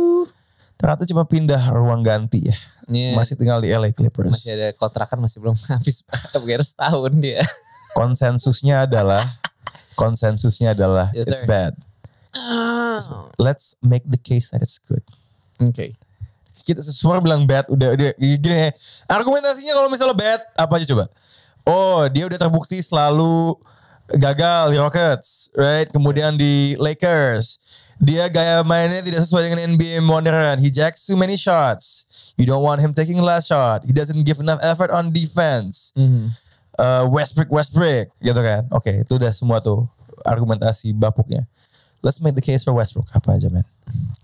[SPEAKER 2] Ternyata cuma pindah ruang ganti ya.
[SPEAKER 3] Iya.
[SPEAKER 2] Masih tinggal di LA Clippers.
[SPEAKER 3] masih ada kontrakan masih belum habis kira setahun dia
[SPEAKER 2] Konsensusnya adalah konsensusnya adalah
[SPEAKER 3] Yes,
[SPEAKER 2] it's
[SPEAKER 3] sir. Oh.
[SPEAKER 2] bad.
[SPEAKER 3] oke
[SPEAKER 2] Let's make the case that it's good. Kita semua bilang bad udah udah gini ya. Argumentasinya kalau misalnya bad apa aja coba? Oh, dia udah terbukti selalu gagal di Rockets, right? Kemudian di Lakers. Dia gaya mainnya tidak sesuai dengan NBA modern. He jacks too many shots. You don't want him taking last shot. He doesn't give enough effort on defense. Uh, Westbrook, Westbrook, gitu kan? Oke, itu udah semua tuh argumentasi bapuknya. Let's make the case for Westbrook apa aja men.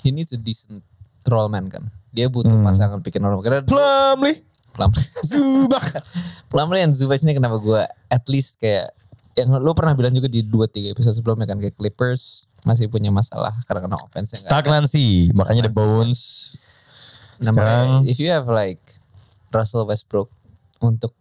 [SPEAKER 3] He needs a decent role man kan. Dia butuh
[SPEAKER 2] Hmm.
[SPEAKER 3] pasangan bikin orang. Karena
[SPEAKER 2] Plumlee,
[SPEAKER 3] Plum,
[SPEAKER 2] Zubac.
[SPEAKER 3] Plumlee and Zubac ini kenapa gue at least kayak yang lu pernah bilang juga di 2-3 episode sebelumnya kan kayak Clippers masih punya masalah karena kena offense yang nggak-
[SPEAKER 2] Stagnansi, makanya The
[SPEAKER 3] Stagnansi.
[SPEAKER 2] Bones.
[SPEAKER 3] Namanya,
[SPEAKER 2] Sekarang-
[SPEAKER 3] if you have like Russell Westbrook untuk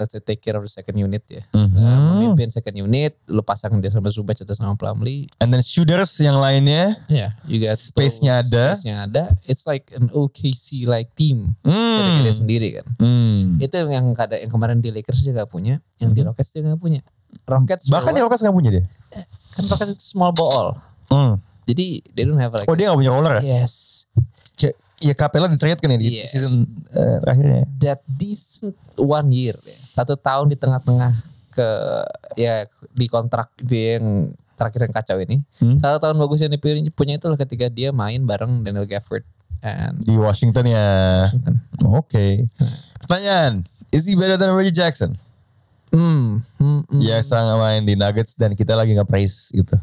[SPEAKER 3] let's say take care of the second unit ya.
[SPEAKER 2] Mhm.
[SPEAKER 3] Nah, memimpin second unit, lu pasang dia sama Zubac atau sama Plumlee,
[SPEAKER 2] And then shooters yang lainnya.
[SPEAKER 3] ya you guys
[SPEAKER 2] Space-nya ada.
[SPEAKER 3] Space-nya ada. It's like an OKC like team.
[SPEAKER 2] Hmm.
[SPEAKER 3] Jadi dia sendiri kan.
[SPEAKER 2] Hmm.
[SPEAKER 3] Itu yang kada yang kemarin di Lakers dia gak punya, yang di Rockets dia gak punya. Rockets
[SPEAKER 2] Bahkan di
[SPEAKER 3] forward,
[SPEAKER 2] Rockets nggak punya dia.
[SPEAKER 3] kan Rockets itu small ball.
[SPEAKER 2] Hmm.
[SPEAKER 3] Jadi they don't have like
[SPEAKER 2] Oh dia nggak punya roller ya?
[SPEAKER 3] yes
[SPEAKER 2] Iya. Ya Capella di trade kan ya di
[SPEAKER 3] Yes.
[SPEAKER 2] season eh, terakhirnya.
[SPEAKER 3] that decent one year ya. satu tahun di tengah-tengah ke ya di kontrak dia yang terakhir yang kacau ini
[SPEAKER 2] Hmm.
[SPEAKER 3] satu tahun bagus yang dia punya itu adalah ketika dia main bareng Daniel Gafford and
[SPEAKER 2] Di Washington ya.
[SPEAKER 3] Washington.
[SPEAKER 2] Oke. Pertanyaan. Is he better than Reggie Jackson?
[SPEAKER 3] Hmm, hmm, hmm.
[SPEAKER 2] Ya sangat main di Nuggets dan kita lagi nge-praise gitu.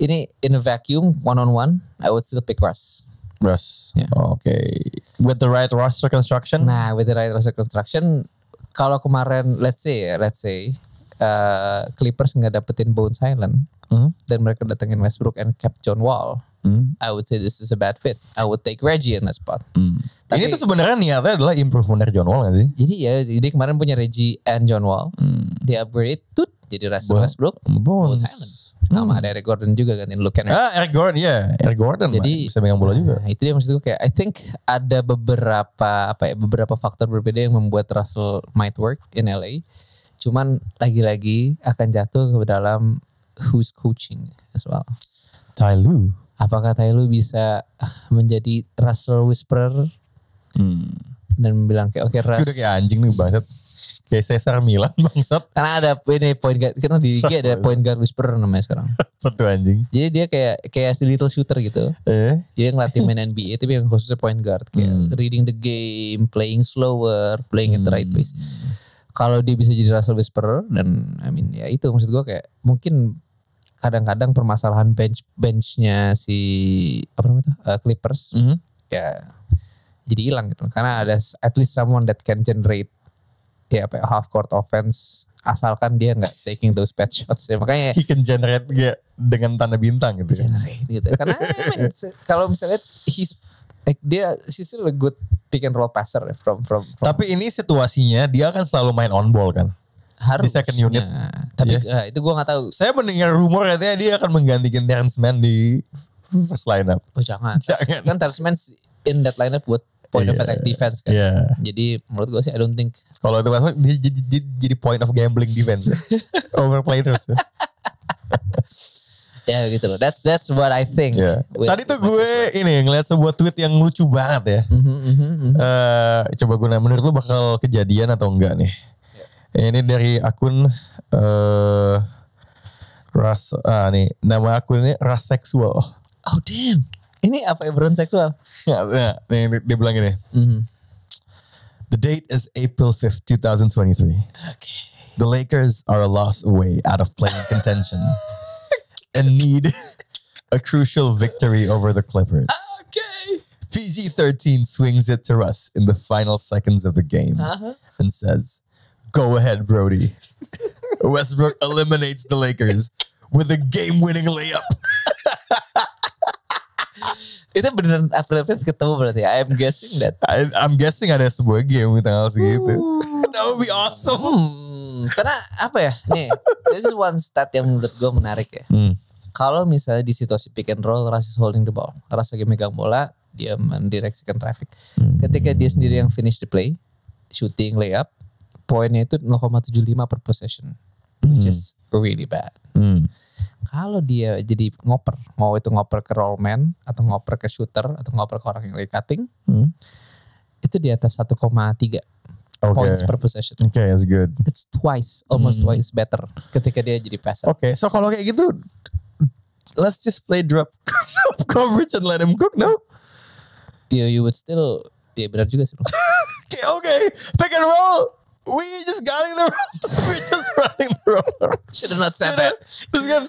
[SPEAKER 3] ini in a vacuum one on one I would still pick Russ
[SPEAKER 2] Russ.
[SPEAKER 3] Ya.
[SPEAKER 2] Oke. With the right roster construction.
[SPEAKER 3] nah with the right roster construction kalau kemarin let's say ya, let's say uh, Clippers nggak dapetin Bones Island
[SPEAKER 2] Hmm.
[SPEAKER 3] dan mereka datengin Westbrook and cap John Wall
[SPEAKER 2] Hmm.
[SPEAKER 3] I would say this is a bad fit. I would take Reggie in that spot.
[SPEAKER 2] Hmm. Ini
[SPEAKER 3] Tapi-
[SPEAKER 2] tuh sebenarnya niatnya adalah improve bener John Wall gak sih?
[SPEAKER 3] Jadi ya, jadi kemarin punya Reggie and John Wall.
[SPEAKER 2] Hmm.
[SPEAKER 3] Di upgrade tut jadi Russell
[SPEAKER 2] Bo-
[SPEAKER 3] Westbrook.
[SPEAKER 2] Bones.
[SPEAKER 3] Island.
[SPEAKER 2] Hmm.
[SPEAKER 3] Sama ada Eric Gordon juga kan, Luke Kennard.
[SPEAKER 2] Ah, Eric Gordon, ya. Eric Gordon mah.
[SPEAKER 3] Jadi-
[SPEAKER 2] bisa megang bola juga.
[SPEAKER 3] Nah, itu dia maksud gue kayak I think ada beberapa apa ya beberapa faktor berbeda yang membuat Russell might work in LA. Cuman lagi-lagi akan jatuh ke dalam who's coaching as well.
[SPEAKER 2] Ty Lue.
[SPEAKER 3] Apakah Tyloo bisa menjadi Russell whisperer
[SPEAKER 2] Hmm.
[SPEAKER 3] dan bilang kayak oke Russ
[SPEAKER 2] Itu udah kayak anjing nih bangsat. Kayak Cesar Milan bangsat.
[SPEAKER 3] Karena ada ini point guard, karena di IG ada point guard whisperer namanya sekarang.
[SPEAKER 2] Satu anjing.
[SPEAKER 3] Jadi dia kayak kayak si little shooter gitu.
[SPEAKER 2] Eh.
[SPEAKER 3] Dia ngelatih main NBA tapi yang khususnya point guard kayak reading the game, playing slower, playing at the right pace. Kalau dia bisa jadi Russell whisperer dan I mean ya itu maksud gua kayak mungkin kadang-kadang permasalahan bench benchnya si apa namanya tuh eh, Clippers
[SPEAKER 2] Mhm.
[SPEAKER 3] ya jadi hilang gitu karena ada s- at least someone that can generate ya apa ya, half court offense asalkan dia nggak taking those bad shots ya makanya
[SPEAKER 2] He can generate gak dengan tanda bintang gitu ya.
[SPEAKER 3] generate gitu karena I mean, se- kalau misalnya he's like, dia she's still a good pick and roll passer ya, from from, from
[SPEAKER 2] Tapi ini situasinya dia akan selalu main on ball kan.
[SPEAKER 3] harusnya.
[SPEAKER 2] second unit. Iya.
[SPEAKER 3] tapi eh, itu gua nggak tahu
[SPEAKER 2] Saya mendengar rumor katanya dia akan menggantikan Terrence Mann di first lineup.
[SPEAKER 3] oh jangan,
[SPEAKER 2] Jangan.
[SPEAKER 3] kan Terrence Mann in that lineup buat point of
[SPEAKER 2] Iya.
[SPEAKER 3] attack defense kan
[SPEAKER 2] Iya.
[SPEAKER 3] jadi menurut gua sih I don't think
[SPEAKER 2] Kalau itu masuk dia jadi, jadi- jadi point of gambling defense. ya. Overplay terus.
[SPEAKER 3] ya gitu loh that's that's what I think
[SPEAKER 2] Iya.
[SPEAKER 3] With-
[SPEAKER 2] Tadi tuh gue ini ngeliat sebuah tweet yang lucu banget ya.
[SPEAKER 3] Mhm, mhm, mhm.
[SPEAKER 2] eh coba gue nanya, menurut lu bakal kejadian atau enggak nih? Ini dari akun eh ras ah nih nama akunnya ras seksual.
[SPEAKER 3] Oh damn. Ini apa ya brown seksual?
[SPEAKER 2] Nah, nih, dia bilang gini. The date is April 5th, 2023.
[SPEAKER 3] Oke.
[SPEAKER 2] The Lakers are a loss away out of playing contention and need a crucial victory over the Clippers.
[SPEAKER 3] Oke.
[SPEAKER 2] PG 13 swings it to Russ in the final seconds of the game
[SPEAKER 3] Ah.
[SPEAKER 2] and says, Go ahead, Brody. Westbrook eliminates the Lakers with a game winning layup.
[SPEAKER 3] Itu beneran April Fifth ketemu berarti. ya? I am guessing that.
[SPEAKER 2] I, I'm guessing ada sebuah game di tanggal segitu. that would be awesome.
[SPEAKER 3] Hmm, karena apa ya? Nih, this is one stat yang menurut gue menarik ya.
[SPEAKER 2] Hmm.
[SPEAKER 3] Kalau misalnya di situasi pick and roll, Ras is holding the ball. Ras lagi megang bola, dia mendireksikan traffic.
[SPEAKER 2] Hmm.
[SPEAKER 3] Ketika dia sendiri yang finish the play, shooting layup, poinnya itu 0,75 per possession, which is really bad.
[SPEAKER 2] Hmm.
[SPEAKER 3] kalau dia jadi ngoper, mau itu ngoper ke rollman atau ngoper ke shooter atau ngoper ke orang yang lagi cutting,
[SPEAKER 2] Hmm.
[SPEAKER 3] itu di atas 1,3
[SPEAKER 2] Okay.
[SPEAKER 3] points per possession.
[SPEAKER 2] Okay, that's good.
[SPEAKER 3] It's twice, almost twice better ketika dia jadi passer.
[SPEAKER 2] Okay, so kalau kayak gitu, let's just play drop, drop coverage and let him cook, no?
[SPEAKER 3] You, you would still, ya benar juga sih. Lu.
[SPEAKER 2] Okay, okay, pick and roll. We just got in the roll. We just running the roll.
[SPEAKER 3] Should have not
[SPEAKER 2] You
[SPEAKER 3] said
[SPEAKER 2] know,
[SPEAKER 3] that.
[SPEAKER 2] Terus kan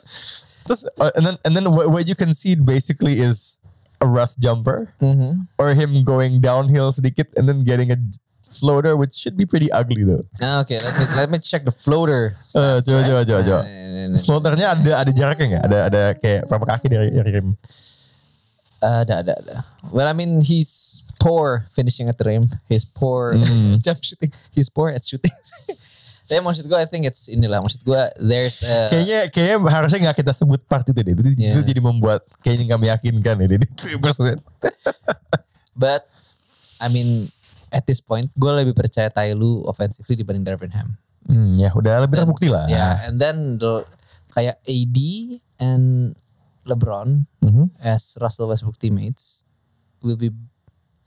[SPEAKER 2] Just, uh, and then and then what, what you concede basically is a rust jumper
[SPEAKER 3] Mhm.
[SPEAKER 2] or him going downhill sedikit and then getting a floater, which should be pretty ugly though.
[SPEAKER 3] Ah, Oke, let me let me check the floater.
[SPEAKER 2] Eh, coba coba coba coba.
[SPEAKER 3] Eh,
[SPEAKER 2] Floaternya ada ada jaraknya nggak? Ada ada kayak berapa kaki dari, dari rim?
[SPEAKER 3] Ah, Ada ada ada. Well, I mean he's poor finishing at the rim. He's poor jump shooting. He's poor at shooting. Tapi maksud gue, I think it's inilah. Maksud gue, there's a,
[SPEAKER 2] Kayaknya kayaknya harusnya nggak kita sebut part itu deh. Itu, itu
[SPEAKER 3] Yeah.
[SPEAKER 2] jadi membuat kayaknya nggak meyakinkan ya di Clippers.
[SPEAKER 3] but I mean at this point, gue lebih percaya Tyloo offensively dibanding Darvinham.
[SPEAKER 2] Hmm, ya udah lebih terbukti lah.
[SPEAKER 3] Yeah, Ya, and then the, kayak AD and LeBron
[SPEAKER 2] Mhm.
[SPEAKER 3] as Russell Westbrook teammates will be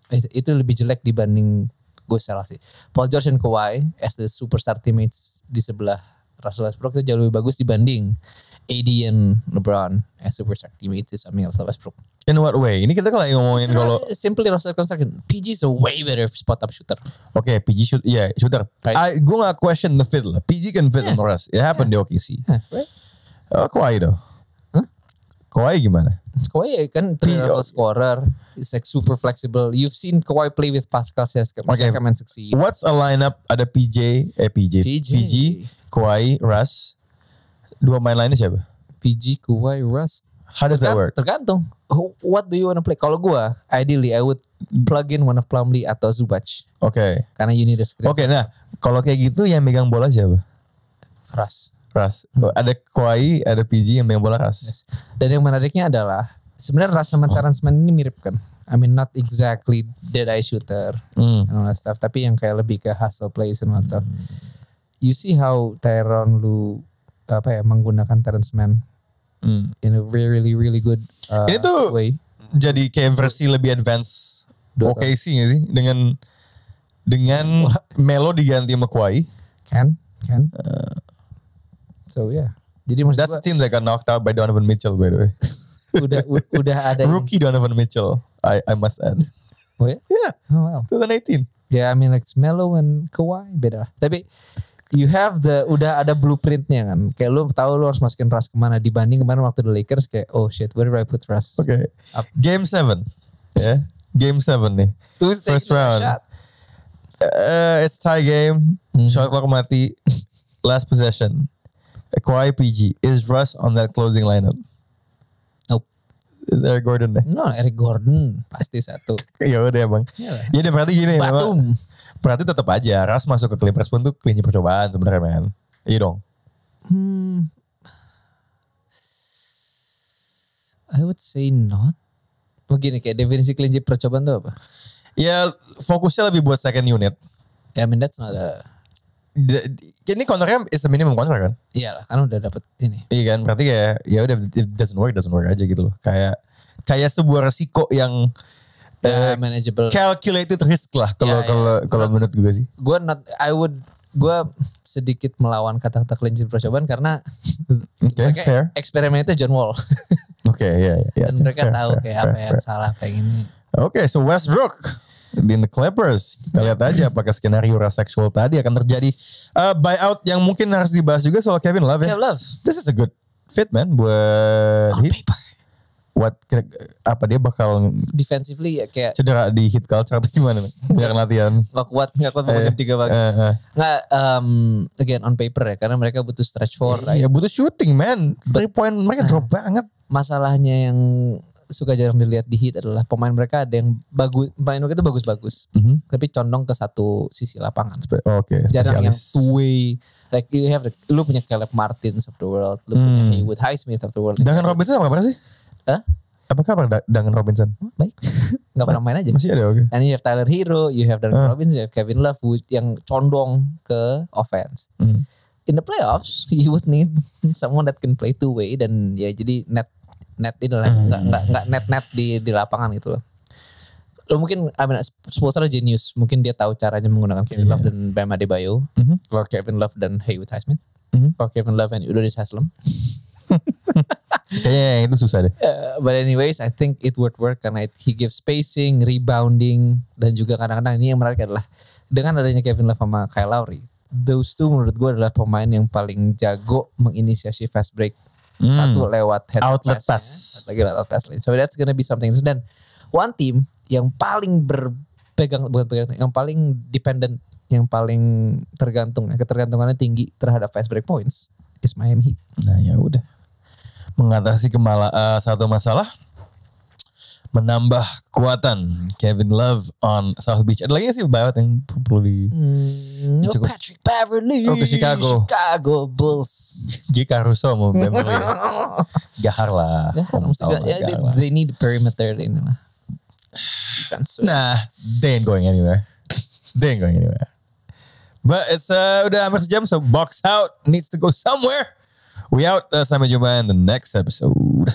[SPEAKER 3] it- itu lebih jelek dibanding gue salah sih. Paul George and Kawhi as the superstar teammates di sebelah Russell Westbrook itu jauh lebih bagus dibanding AD and LeBron as superstar teammates di samping Russell Westbrook.
[SPEAKER 2] In what way? Ini kita kalau ngomongin kalau
[SPEAKER 3] Simply roster construction. PG is a way better spot up shooter.
[SPEAKER 2] oke PG shoot ya shooter.
[SPEAKER 3] Right.
[SPEAKER 2] I, gue nggak question the fit lah. PG can fit on the rest. It happened di OKC. Oh, Kawhi though. Kawhi gimana?
[SPEAKER 3] Kawhi kan
[SPEAKER 2] P-
[SPEAKER 3] level scorer, is like super flexible. You've seen Kawhi play with Pascal Siakam,
[SPEAKER 2] Okay.
[SPEAKER 3] Siakam and succeed.
[SPEAKER 2] What's a lineup? Ada PJ, eh PJ,
[SPEAKER 3] PJ.
[SPEAKER 2] PG, Kawhi, Russ. Dua main lainnya siapa?
[SPEAKER 3] PG, Kawhi, Russ.
[SPEAKER 2] How does that
[SPEAKER 3] Kan
[SPEAKER 2] work?
[SPEAKER 3] tergantung. Who- What do you wanna play? Kalau gua, ideally I would plug in one of Plumlee atau Zubac.
[SPEAKER 2] Oke.
[SPEAKER 3] Karena you need a screen.
[SPEAKER 2] Oke, nah kalau kayak gitu yang megang bola siapa?
[SPEAKER 3] Russ.
[SPEAKER 2] Ras. Oh, Ada Kawhi, ada PG yang megang bola Ras.
[SPEAKER 3] Hmm. Yes. Dan yang menariknya adalah, sebenarnya Russ sama Terrence Mann ini mirip kan? I mean not exactly dead eye shooter
[SPEAKER 2] Hmm.
[SPEAKER 3] and all that stuff. Tapi yang kayak lebih ke hustle plays and all that stuff. You see how Tyron lu apa ya menggunakan Terrence Mann
[SPEAKER 2] Hmm.
[SPEAKER 3] in a really really good uh,
[SPEAKER 2] Ini tuh-
[SPEAKER 3] way.
[SPEAKER 2] Jadi kayak versi lebih advance
[SPEAKER 3] Dua
[SPEAKER 2] OKC gak sih? Dengan dengan Melo diganti sama Kawhi.
[SPEAKER 3] Can can.
[SPEAKER 2] Uh.
[SPEAKER 3] so yeah. Jadi maksud
[SPEAKER 2] That
[SPEAKER 3] gua,
[SPEAKER 2] team that got knocked out by Donovan Mitchell by the way.
[SPEAKER 3] udah u- udah ada ini.
[SPEAKER 2] Rookie Donovan Mitchell, I I must add.
[SPEAKER 3] Oh, yeah?
[SPEAKER 2] Yeah,
[SPEAKER 3] Oh, wow.
[SPEAKER 2] 2018.
[SPEAKER 3] Yeah, Ya, I mean like Melo and Kawhi beda lah. Tapi you have the udah ada blueprintnya kan. Kayak lu tahu lu harus masukin Russ kemana dibanding kemarin waktu the Lakers kayak oh shit where do I put Russ?
[SPEAKER 2] Oke.
[SPEAKER 3] Up.
[SPEAKER 2] Game 7. Ya. Game 7 nih.
[SPEAKER 3] Who's taking
[SPEAKER 2] First
[SPEAKER 3] the
[SPEAKER 2] round.
[SPEAKER 3] shot? Hmm.
[SPEAKER 2] Eh, it's tie game. Shot clock mati. Last possession. Kawhi PG. Is Russ on that closing lineup?
[SPEAKER 3] Nope.
[SPEAKER 2] Is there Gordon deh?
[SPEAKER 3] No, Eric Gordon pasti satu.
[SPEAKER 2] ya udah emang.
[SPEAKER 3] Iyalah.
[SPEAKER 2] Ya udah berarti gini memang.
[SPEAKER 3] Batum.
[SPEAKER 2] Berarti tetap aja Russ masuk ke Clippers pun tuh klinci percobaan sebenarnya men. Iya dong.
[SPEAKER 3] Hmm. I would say not. Begini kayak definisi kelinci percobaan tuh apa?
[SPEAKER 2] Ya fokusnya lebih buat second unit.
[SPEAKER 3] Yeah, I mean that's not a
[SPEAKER 2] D- Ini kontraknya is a minimum kontrak kan?
[SPEAKER 3] Iyalah kan udah dapet ini.
[SPEAKER 2] Iya kan, berarti kayak ya udah it doesn't work, doesn't work aja gitu loh. Kayak kayak sebuah resiko yang
[SPEAKER 3] Ya, manageable.
[SPEAKER 2] calculated risk lah kalau
[SPEAKER 3] Ya, ya.
[SPEAKER 2] kalau kalau menurut gue sih.
[SPEAKER 3] Gue not I would gue sedikit melawan kata-kata kelinci percobaan karena
[SPEAKER 2] Oke,
[SPEAKER 3] mereka
[SPEAKER 2] fair.
[SPEAKER 3] eksperimennya John Wall
[SPEAKER 2] Oke, ya ya. ya,
[SPEAKER 3] dan
[SPEAKER 2] oke,
[SPEAKER 3] mereka
[SPEAKER 2] fair,
[SPEAKER 3] tahu
[SPEAKER 2] fair,
[SPEAKER 3] kayak
[SPEAKER 2] fair,
[SPEAKER 3] apa ya? yang
[SPEAKER 2] fair.
[SPEAKER 3] salah kayak gini.
[SPEAKER 2] Oke, so Westbrook in the Clippers. Kita lihat aja apakah skenario ras seksual tadi akan terjadi. Eh, buyout yang mungkin harus dibahas juga soal Kevin Love ya.
[SPEAKER 3] Kevin Love.
[SPEAKER 2] This is a good fit man buat
[SPEAKER 3] On
[SPEAKER 2] Heat.
[SPEAKER 3] paper.
[SPEAKER 2] What kira- apa dia bakal
[SPEAKER 3] Defensively ya kayak
[SPEAKER 2] cedera di hit culture atau gimana? men? Biar latihan.
[SPEAKER 3] nggak kuat nggak kuat
[SPEAKER 2] Eh,
[SPEAKER 3] mengejar tiga bagi.
[SPEAKER 2] eh, eh.
[SPEAKER 3] Nggak um, again on paper ya karena mereka butuh stretch four.
[SPEAKER 2] Ya butuh shooting man. Three point mereka
[SPEAKER 3] Ah.
[SPEAKER 2] drop banget.
[SPEAKER 3] Masalahnya yang suka jarang dilihat di hit adalah pemain mereka ada yang bagus pemain mereka itu bagus-bagus
[SPEAKER 2] Mm-hmm.
[SPEAKER 3] tapi condong ke satu sisi lapangan.
[SPEAKER 2] Spe- Oke.
[SPEAKER 3] jarang yang
[SPEAKER 2] spesialis.
[SPEAKER 3] two way like you have the, lu punya Caleb Martins of the world lu punya Haywood Highsmith of the world
[SPEAKER 2] Hmm. Duncan Robinson apa kabar sih?
[SPEAKER 3] Hah?
[SPEAKER 2] Apa kabar Da- Duncan Robinson?
[SPEAKER 3] baik nggak pernah main aja
[SPEAKER 2] Masih ada oke.
[SPEAKER 3] and you have Tyler Hero you have
[SPEAKER 2] Ah.
[SPEAKER 3] Duncan Robinson you have Kevin Love who- yang condong ke offense
[SPEAKER 2] Hmm.
[SPEAKER 3] in the playoffs you would need someone that can play two way dan ya jadi net net ini
[SPEAKER 2] Ah,
[SPEAKER 3] lah nggak
[SPEAKER 2] iya,
[SPEAKER 3] nggak nggak net net di di lapangan gitu loh lo mungkin I mean, Spoelstra genius mungkin dia tahu caranya menggunakan Kevin Love dan Bam Adebayo
[SPEAKER 2] Iya. Mhm.
[SPEAKER 3] kalau Kevin Love dan Haywood Highsmith
[SPEAKER 2] Mhm.
[SPEAKER 3] kalau Kevin Love dan Udonis Haslem
[SPEAKER 2] Kayaknya yang itu susah deh.
[SPEAKER 3] Uh, but anyways, I think it would work karena it- he gives spacing, rebounding, dan juga kadang-kadang ini yang menarik adalah dengan adanya Kevin Love sama Kyle Lowry, those two menurut gue adalah pemain yang paling jago menginisiasi fast break Satu lewat headset
[SPEAKER 2] Outlet
[SPEAKER 3] pass-nya,
[SPEAKER 2] pass.
[SPEAKER 3] Lagi lewat outlet pass. So that's gonna be something. Dan one team yang paling berpegang bukan pegang yang paling dependent yang paling tergantung ketergantungannya tinggi terhadap fast break points is Miami Heat.
[SPEAKER 2] Nah ya udah. Mengatasi kemala eh, satu masalah. Menambah kekuatan Kevin Love on South Beach. Ada lagi gak sih Bayot yang perlu di...
[SPEAKER 3] Hmm,
[SPEAKER 2] Cukup.
[SPEAKER 3] Patrick Beverly.
[SPEAKER 2] Oh, ke Chicago.
[SPEAKER 3] Chicago Bulls.
[SPEAKER 2] G. Caruso mau Beverly. Gahar lah.
[SPEAKER 3] Ya,
[SPEAKER 2] Om
[SPEAKER 3] mesti
[SPEAKER 2] tau
[SPEAKER 3] gak-
[SPEAKER 2] lah,
[SPEAKER 3] ya, they,
[SPEAKER 2] gahar lah.
[SPEAKER 3] they need perimeter ini lah. Defense.
[SPEAKER 2] Nah, they ain't going anywhere. They ain't going anywhere. But it's uh, udah hampir sejam, so box out needs to go somewhere. We out. Uh, sampai jumpa in the next episode.